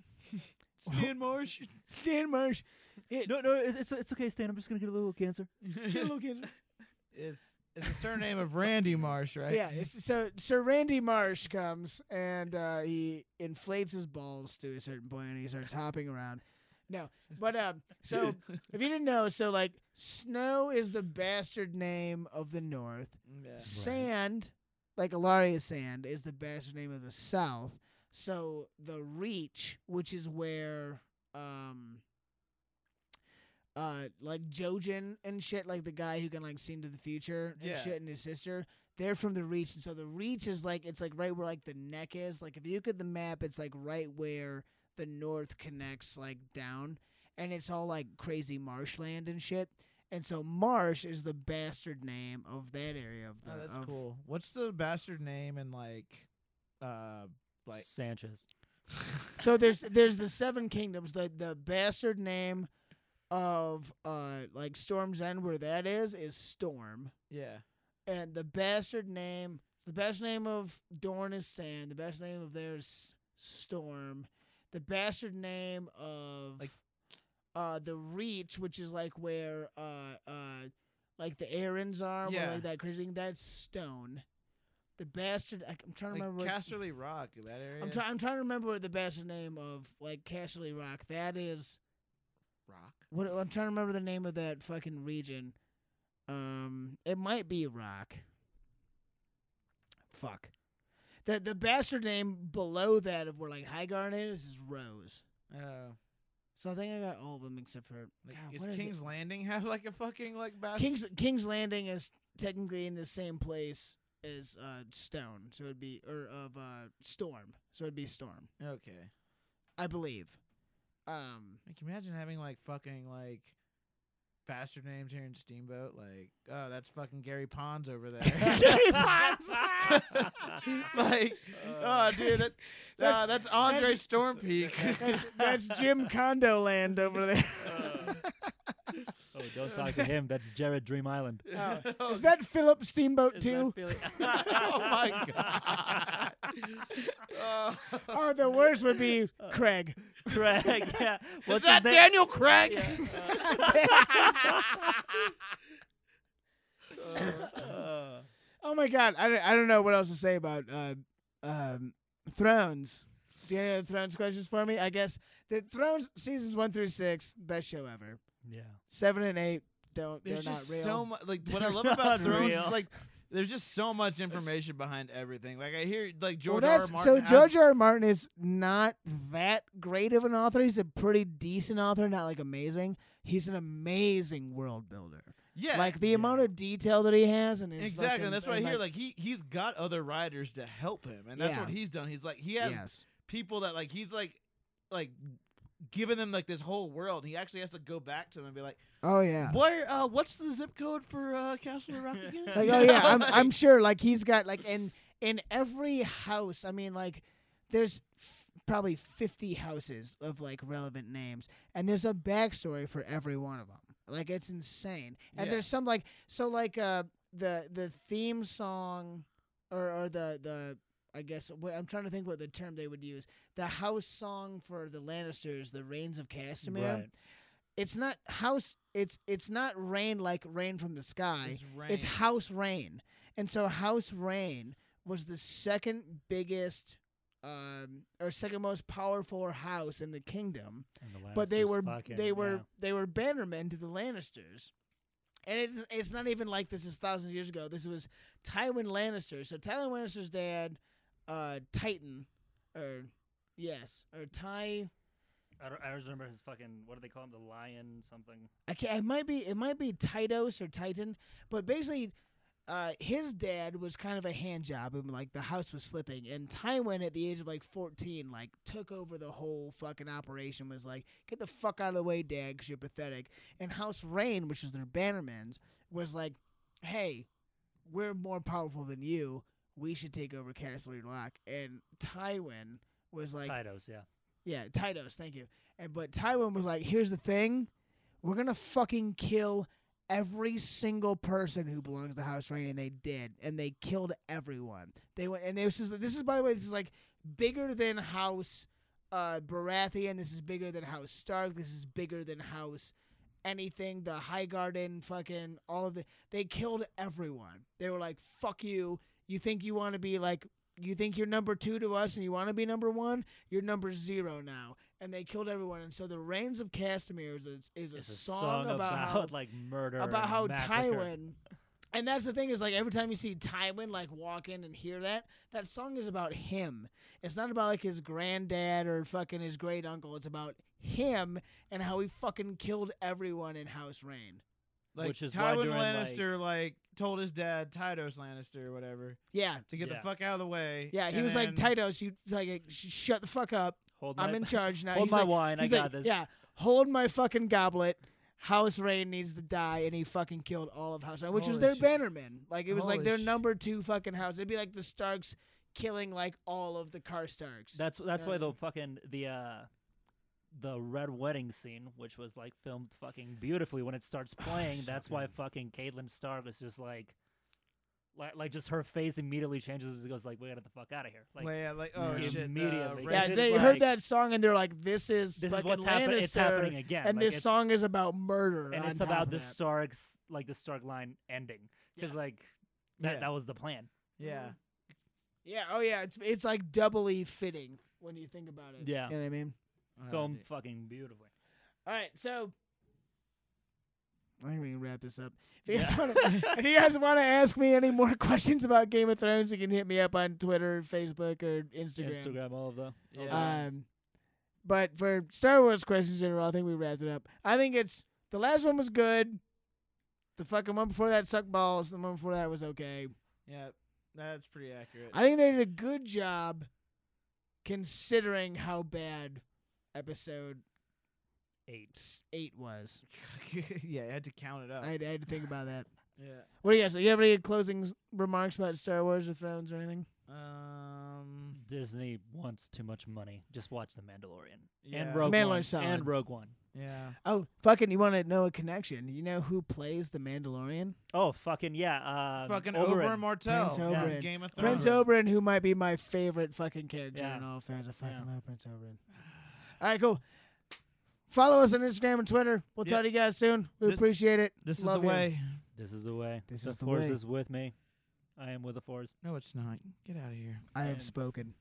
S2: Stan Marsh.
S1: Dan Marsh. It,
S3: No, no, it's, it's it's okay, Stan. I'm just gonna get a little cancer.
S2: it's it's the surname of Randy Marsh, right?
S1: Yeah, it's, so Sir Randy Marsh comes and uh, he inflates his balls to a certain point and he starts hopping around. No, but um, so if you didn't know, so like Snow is the bastard name of the North.
S2: Yeah.
S1: Sand, like Alaria Sand, is the bastard name of the South. So the Reach, which is where um uh like Jojen and shit, like the guy who can like see into the future and
S2: Yeah.
S1: shit and his sister, they're from the Reach. And so the Reach is like it's like right where like the neck is. Like if you look at the map, it's like right where the north connects like down and it's all like crazy marshland and shit. And so Marsh is the bastard name of that area of the
S2: Oh, that's
S1: of-
S2: cool. What's the bastard name and like, uh, like
S3: Sanchez.
S1: So there's there's the seven kingdoms, the the bastard name of uh like Storm's End where that is is Storm.
S2: yeah,
S1: And the bastard name the best name of Dorn is Sand, the best name of there is Storm. The bastard name of
S2: Like-
S1: uh the Reach, which is like where uh uh like the Aarons are, where,
S2: Yeah.
S1: like that crazy thing, that's stone. The bastard I, am trying to remember
S2: like
S1: what-
S2: Casterly Rock, that area.
S1: I'm trying. I'm trying to remember what the bastard name of like Casterly Rock. That is
S2: Rock.
S1: what I'm trying to remember the name of that fucking region. Um, it might be Rock. Fuck. The the bastard name below that of where like Highgarden is is Rose.
S2: Oh,
S1: So I think I got all of them except for
S2: like,
S1: God,
S2: is
S1: what is it?
S2: King's Landing have like a fucking like bastard?
S1: King's King's Landing is technically in the same place as uh Stone, so it'd be or of uh Storm. so it'd be Storm,
S2: Okay.
S1: I believe. Um,
S2: Like, imagine having like fucking like faster names here in Steamboat. Like, oh, that's fucking Gary Pons over there.
S1: Gary Pons!
S2: like, oh, dude, that,
S1: that's-
S2: uh, that's Andre
S1: that's-
S2: Stormpeak.
S1: that's, that's Jim Condo land over there.
S3: Uh, oh, don't talk to him. That's Jared Dream Island.
S2: Oh,
S1: Is that Philip Steamboat
S3: Is that
S1: too?
S3: feeling-
S2: oh my god. Oh.
S1: or the worst would be Craig.
S3: Craig. Yeah.
S2: Is
S3: What's
S2: that
S3: his name?
S2: Daniel Craig?
S3: Uh,
S1: Oh my God, I don't, I don't know what else to say about uh, um, Thrones. Do you have any other Thrones questions for me? I guess the Thrones seasons one through six, best show ever.
S3: yeah.
S1: Seven and eight, don't
S2: There's
S1: they're
S2: just
S1: not real.
S2: so much. Like what I
S3: They're
S2: love
S3: not
S2: about Thrones,
S3: real.
S2: is, like there's just so much information behind everything. Like I hear like
S1: well,
S2: George R. R.
S1: that's
S2: Martin.
S1: so.
S2: has-
S1: George R. R. Martin is not that great of an author. He's a pretty decent author, not like amazing. He's an amazing world builder.
S2: yeah,
S1: like the
S3: yeah.
S1: amount of detail that he has and his
S2: exactly.
S1: fucking-
S2: and that's what I
S1: and,
S2: hear. Like he he's got other writers to help him, and that's
S1: Yeah.
S2: what he's done. He's like he has
S1: yes,
S2: people that like he's like like giving them like this whole world. He actually has to go back to them and be like,
S1: oh yeah.
S2: "Where? Uh, what's the zip code for uh, Castle Rock again?"
S1: like oh yeah I'm, I'm sure like he's got like in in every house i mean like there's f- probably 50 houses of like relevant names and there's a backstory for every one of them like it's insane and
S2: Yeah.
S1: there's some like so like uh the the theme song or or the the I guess what I'm trying to think what the term they would use. The house song for the Lannisters, the Reigns of Castamere.
S3: Right.
S1: It's not house. It's it's not rain like rain from the sky.
S2: It's
S1: It's
S2: rain.
S1: House Rain. And so House Rain was the second biggest um, or second most powerful house in the kingdom.
S3: And the
S1: but they
S3: Lannisters
S1: were
S3: fucking-
S1: they were
S3: yeah.
S1: they were bannermen to the Lannisters. And it, it's not even like this is thousands of years ago. This was Tywin Lannister. So Tywin Lannister's dad, uh, Titan, or yes, or Ty.
S3: I, don't, I just remember his fucking. What do they call him? The lion something.
S1: I can't, it might be it might be Titos or Titan, but basically, uh, his dad was kind of a hand job, and like the house was slipping. And Tywin, at the age of like fourteen, like took over the whole fucking operation. Was like, get the fuck out of the way, dad, 'cause you're pathetic. And House Rain, which was their bannerman's, was like, hey, we're more powerful than you. We should take over Castle Rock. And Tywin was like,
S3: Titos. Yeah.
S1: yeah, Titos, thank you. And but Tywin was like, "Here's the thing, we're gonna fucking kill every single person who belongs to House Rain," and they did, and they killed everyone. They went, and this is this is by the way, this is like bigger than House uh, Baratheon. This is bigger than House Stark. This is bigger than House anything. The High Garden, fucking all of the they killed everyone. They were like, "Fuck you." You think you want to be like you think you're number two to us and you want to be number one, you're number zero now. And they killed everyone. And so the Reigns of Castamere is a, is a,
S3: It's
S1: song, about, how,
S3: like murder.
S1: about
S3: and
S1: how
S3: massacre.
S1: Tywin. And that's the thing is like every time you see Tywin like walk in and hear that, that song is about him. It's not about like his granddad or fucking his great uncle. It's about him and how he fucking killed everyone in House Rain.
S2: like,
S3: Which is why
S2: Tywin
S3: during, like-
S2: Lannister like told his dad Tytos Lannister or whatever
S1: Yeah.
S2: to get
S3: Yeah.
S2: the fuck out of the way.
S1: Yeah, he
S2: and
S1: was like
S2: then-
S1: Titus, you like sh- shut the fuck up.
S3: Hold my,
S1: I'm in charge now.
S3: hold
S1: He's
S3: my
S1: like-
S3: wine. I
S1: He's
S3: got
S1: like,
S3: this.
S1: Yeah, hold my fucking goblet. House Rain needs to die, and he fucking killed all of House Rain, which was
S2: Holy
S1: their
S2: shit.
S1: bannerman. Like it was like
S2: Holy
S1: their
S2: shit.
S1: number two fucking house. It'd be like the Starks killing like all of the Karstarks.
S3: That's that's why
S1: Yeah.
S3: the fucking the uh the red wedding scene, which was like filmed fucking beautifully when it starts playing,
S1: so
S3: that's why fucking Caitlyn Stark is just like like, like just her face immediately changes as it goes like we gotta get the fuck out of here. Like
S2: Well, yeah, like oh
S3: Yeah.
S2: shit, uh,
S3: Immediately.
S2: Red-
S1: yeah,
S3: Raised
S1: they
S3: like-
S1: heard that song and they're like, "This is
S3: this is
S1: fucking
S3: what's happening it's
S1: Lannister,"
S3: happening again.
S1: and
S3: like,
S1: this
S3: it's-
S1: song is about murder.
S3: and
S1: on
S3: it's
S1: top
S3: about
S1: of
S3: the
S1: that.
S3: Stark's like the Stark line ending. Because
S1: Yeah.
S3: like that
S2: Yeah.
S3: that was the plan.
S2: yeah.
S1: Yeah, oh yeah, it's it's like doubly fitting when you think about it.
S3: Yeah.
S1: you know what I mean.
S2: Oh,
S3: Filmed
S2: dude.
S3: fucking beautifully.
S1: All right, so I think we can wrap this up. If you
S3: Yeah.
S1: guys want to, if you guys want to ask me any more questions about Game of Thrones, you can hit me up on Twitter, Facebook, or Instagram.
S3: Instagram all of the all
S2: Yeah.
S3: the-
S1: Um, but for Star Wars questions in general, I think we wrapped it up. I think it's the last one was good. The fucking one before that sucked balls. The one before that was okay.
S2: Yeah, that's pretty accurate.
S1: I think they did a good job considering how bad episode
S3: Eight.
S1: s- eight was.
S2: yeah, I had to count it up.
S1: I had, I had to think about that.
S2: yeah.
S1: What do you guys? You have any closing s- remarks about Star Wars or Thrones or anything?
S2: Um.
S3: Disney wants too much money. Just watch The Mandalorian
S2: Yeah.
S3: and Rogue
S1: Mandalorian's
S3: One.
S1: solid.
S3: And Rogue One.
S2: Yeah.
S1: Oh, fucking! You want to know a connection? You know who plays the Mandalorian?
S3: Oh fucking yeah. Uh,
S2: Fucking
S3: Oberyn.
S2: Oberyn Martell.
S1: Prince
S2: from
S1: Oberyn.
S2: Game of Thrones.
S1: Prince Oberyn, who might be my favorite fucking character in
S3: Yeah.
S1: all of Thrones. I fucking
S3: Yeah.
S1: love Prince Oberyn. All right, cool. Follow us on Instagram and Twitter. We'll
S2: Yeah.
S1: talk to you guys soon. We
S2: This-
S1: appreciate it.
S2: This is
S1: Love
S2: the
S1: you.
S2: way.
S3: This is the way.
S1: This
S3: the
S1: is the
S3: force
S1: way.
S3: is with me. I am with the force.
S2: No, it's not. Get out of here.
S1: I have
S3: And-
S1: spoken.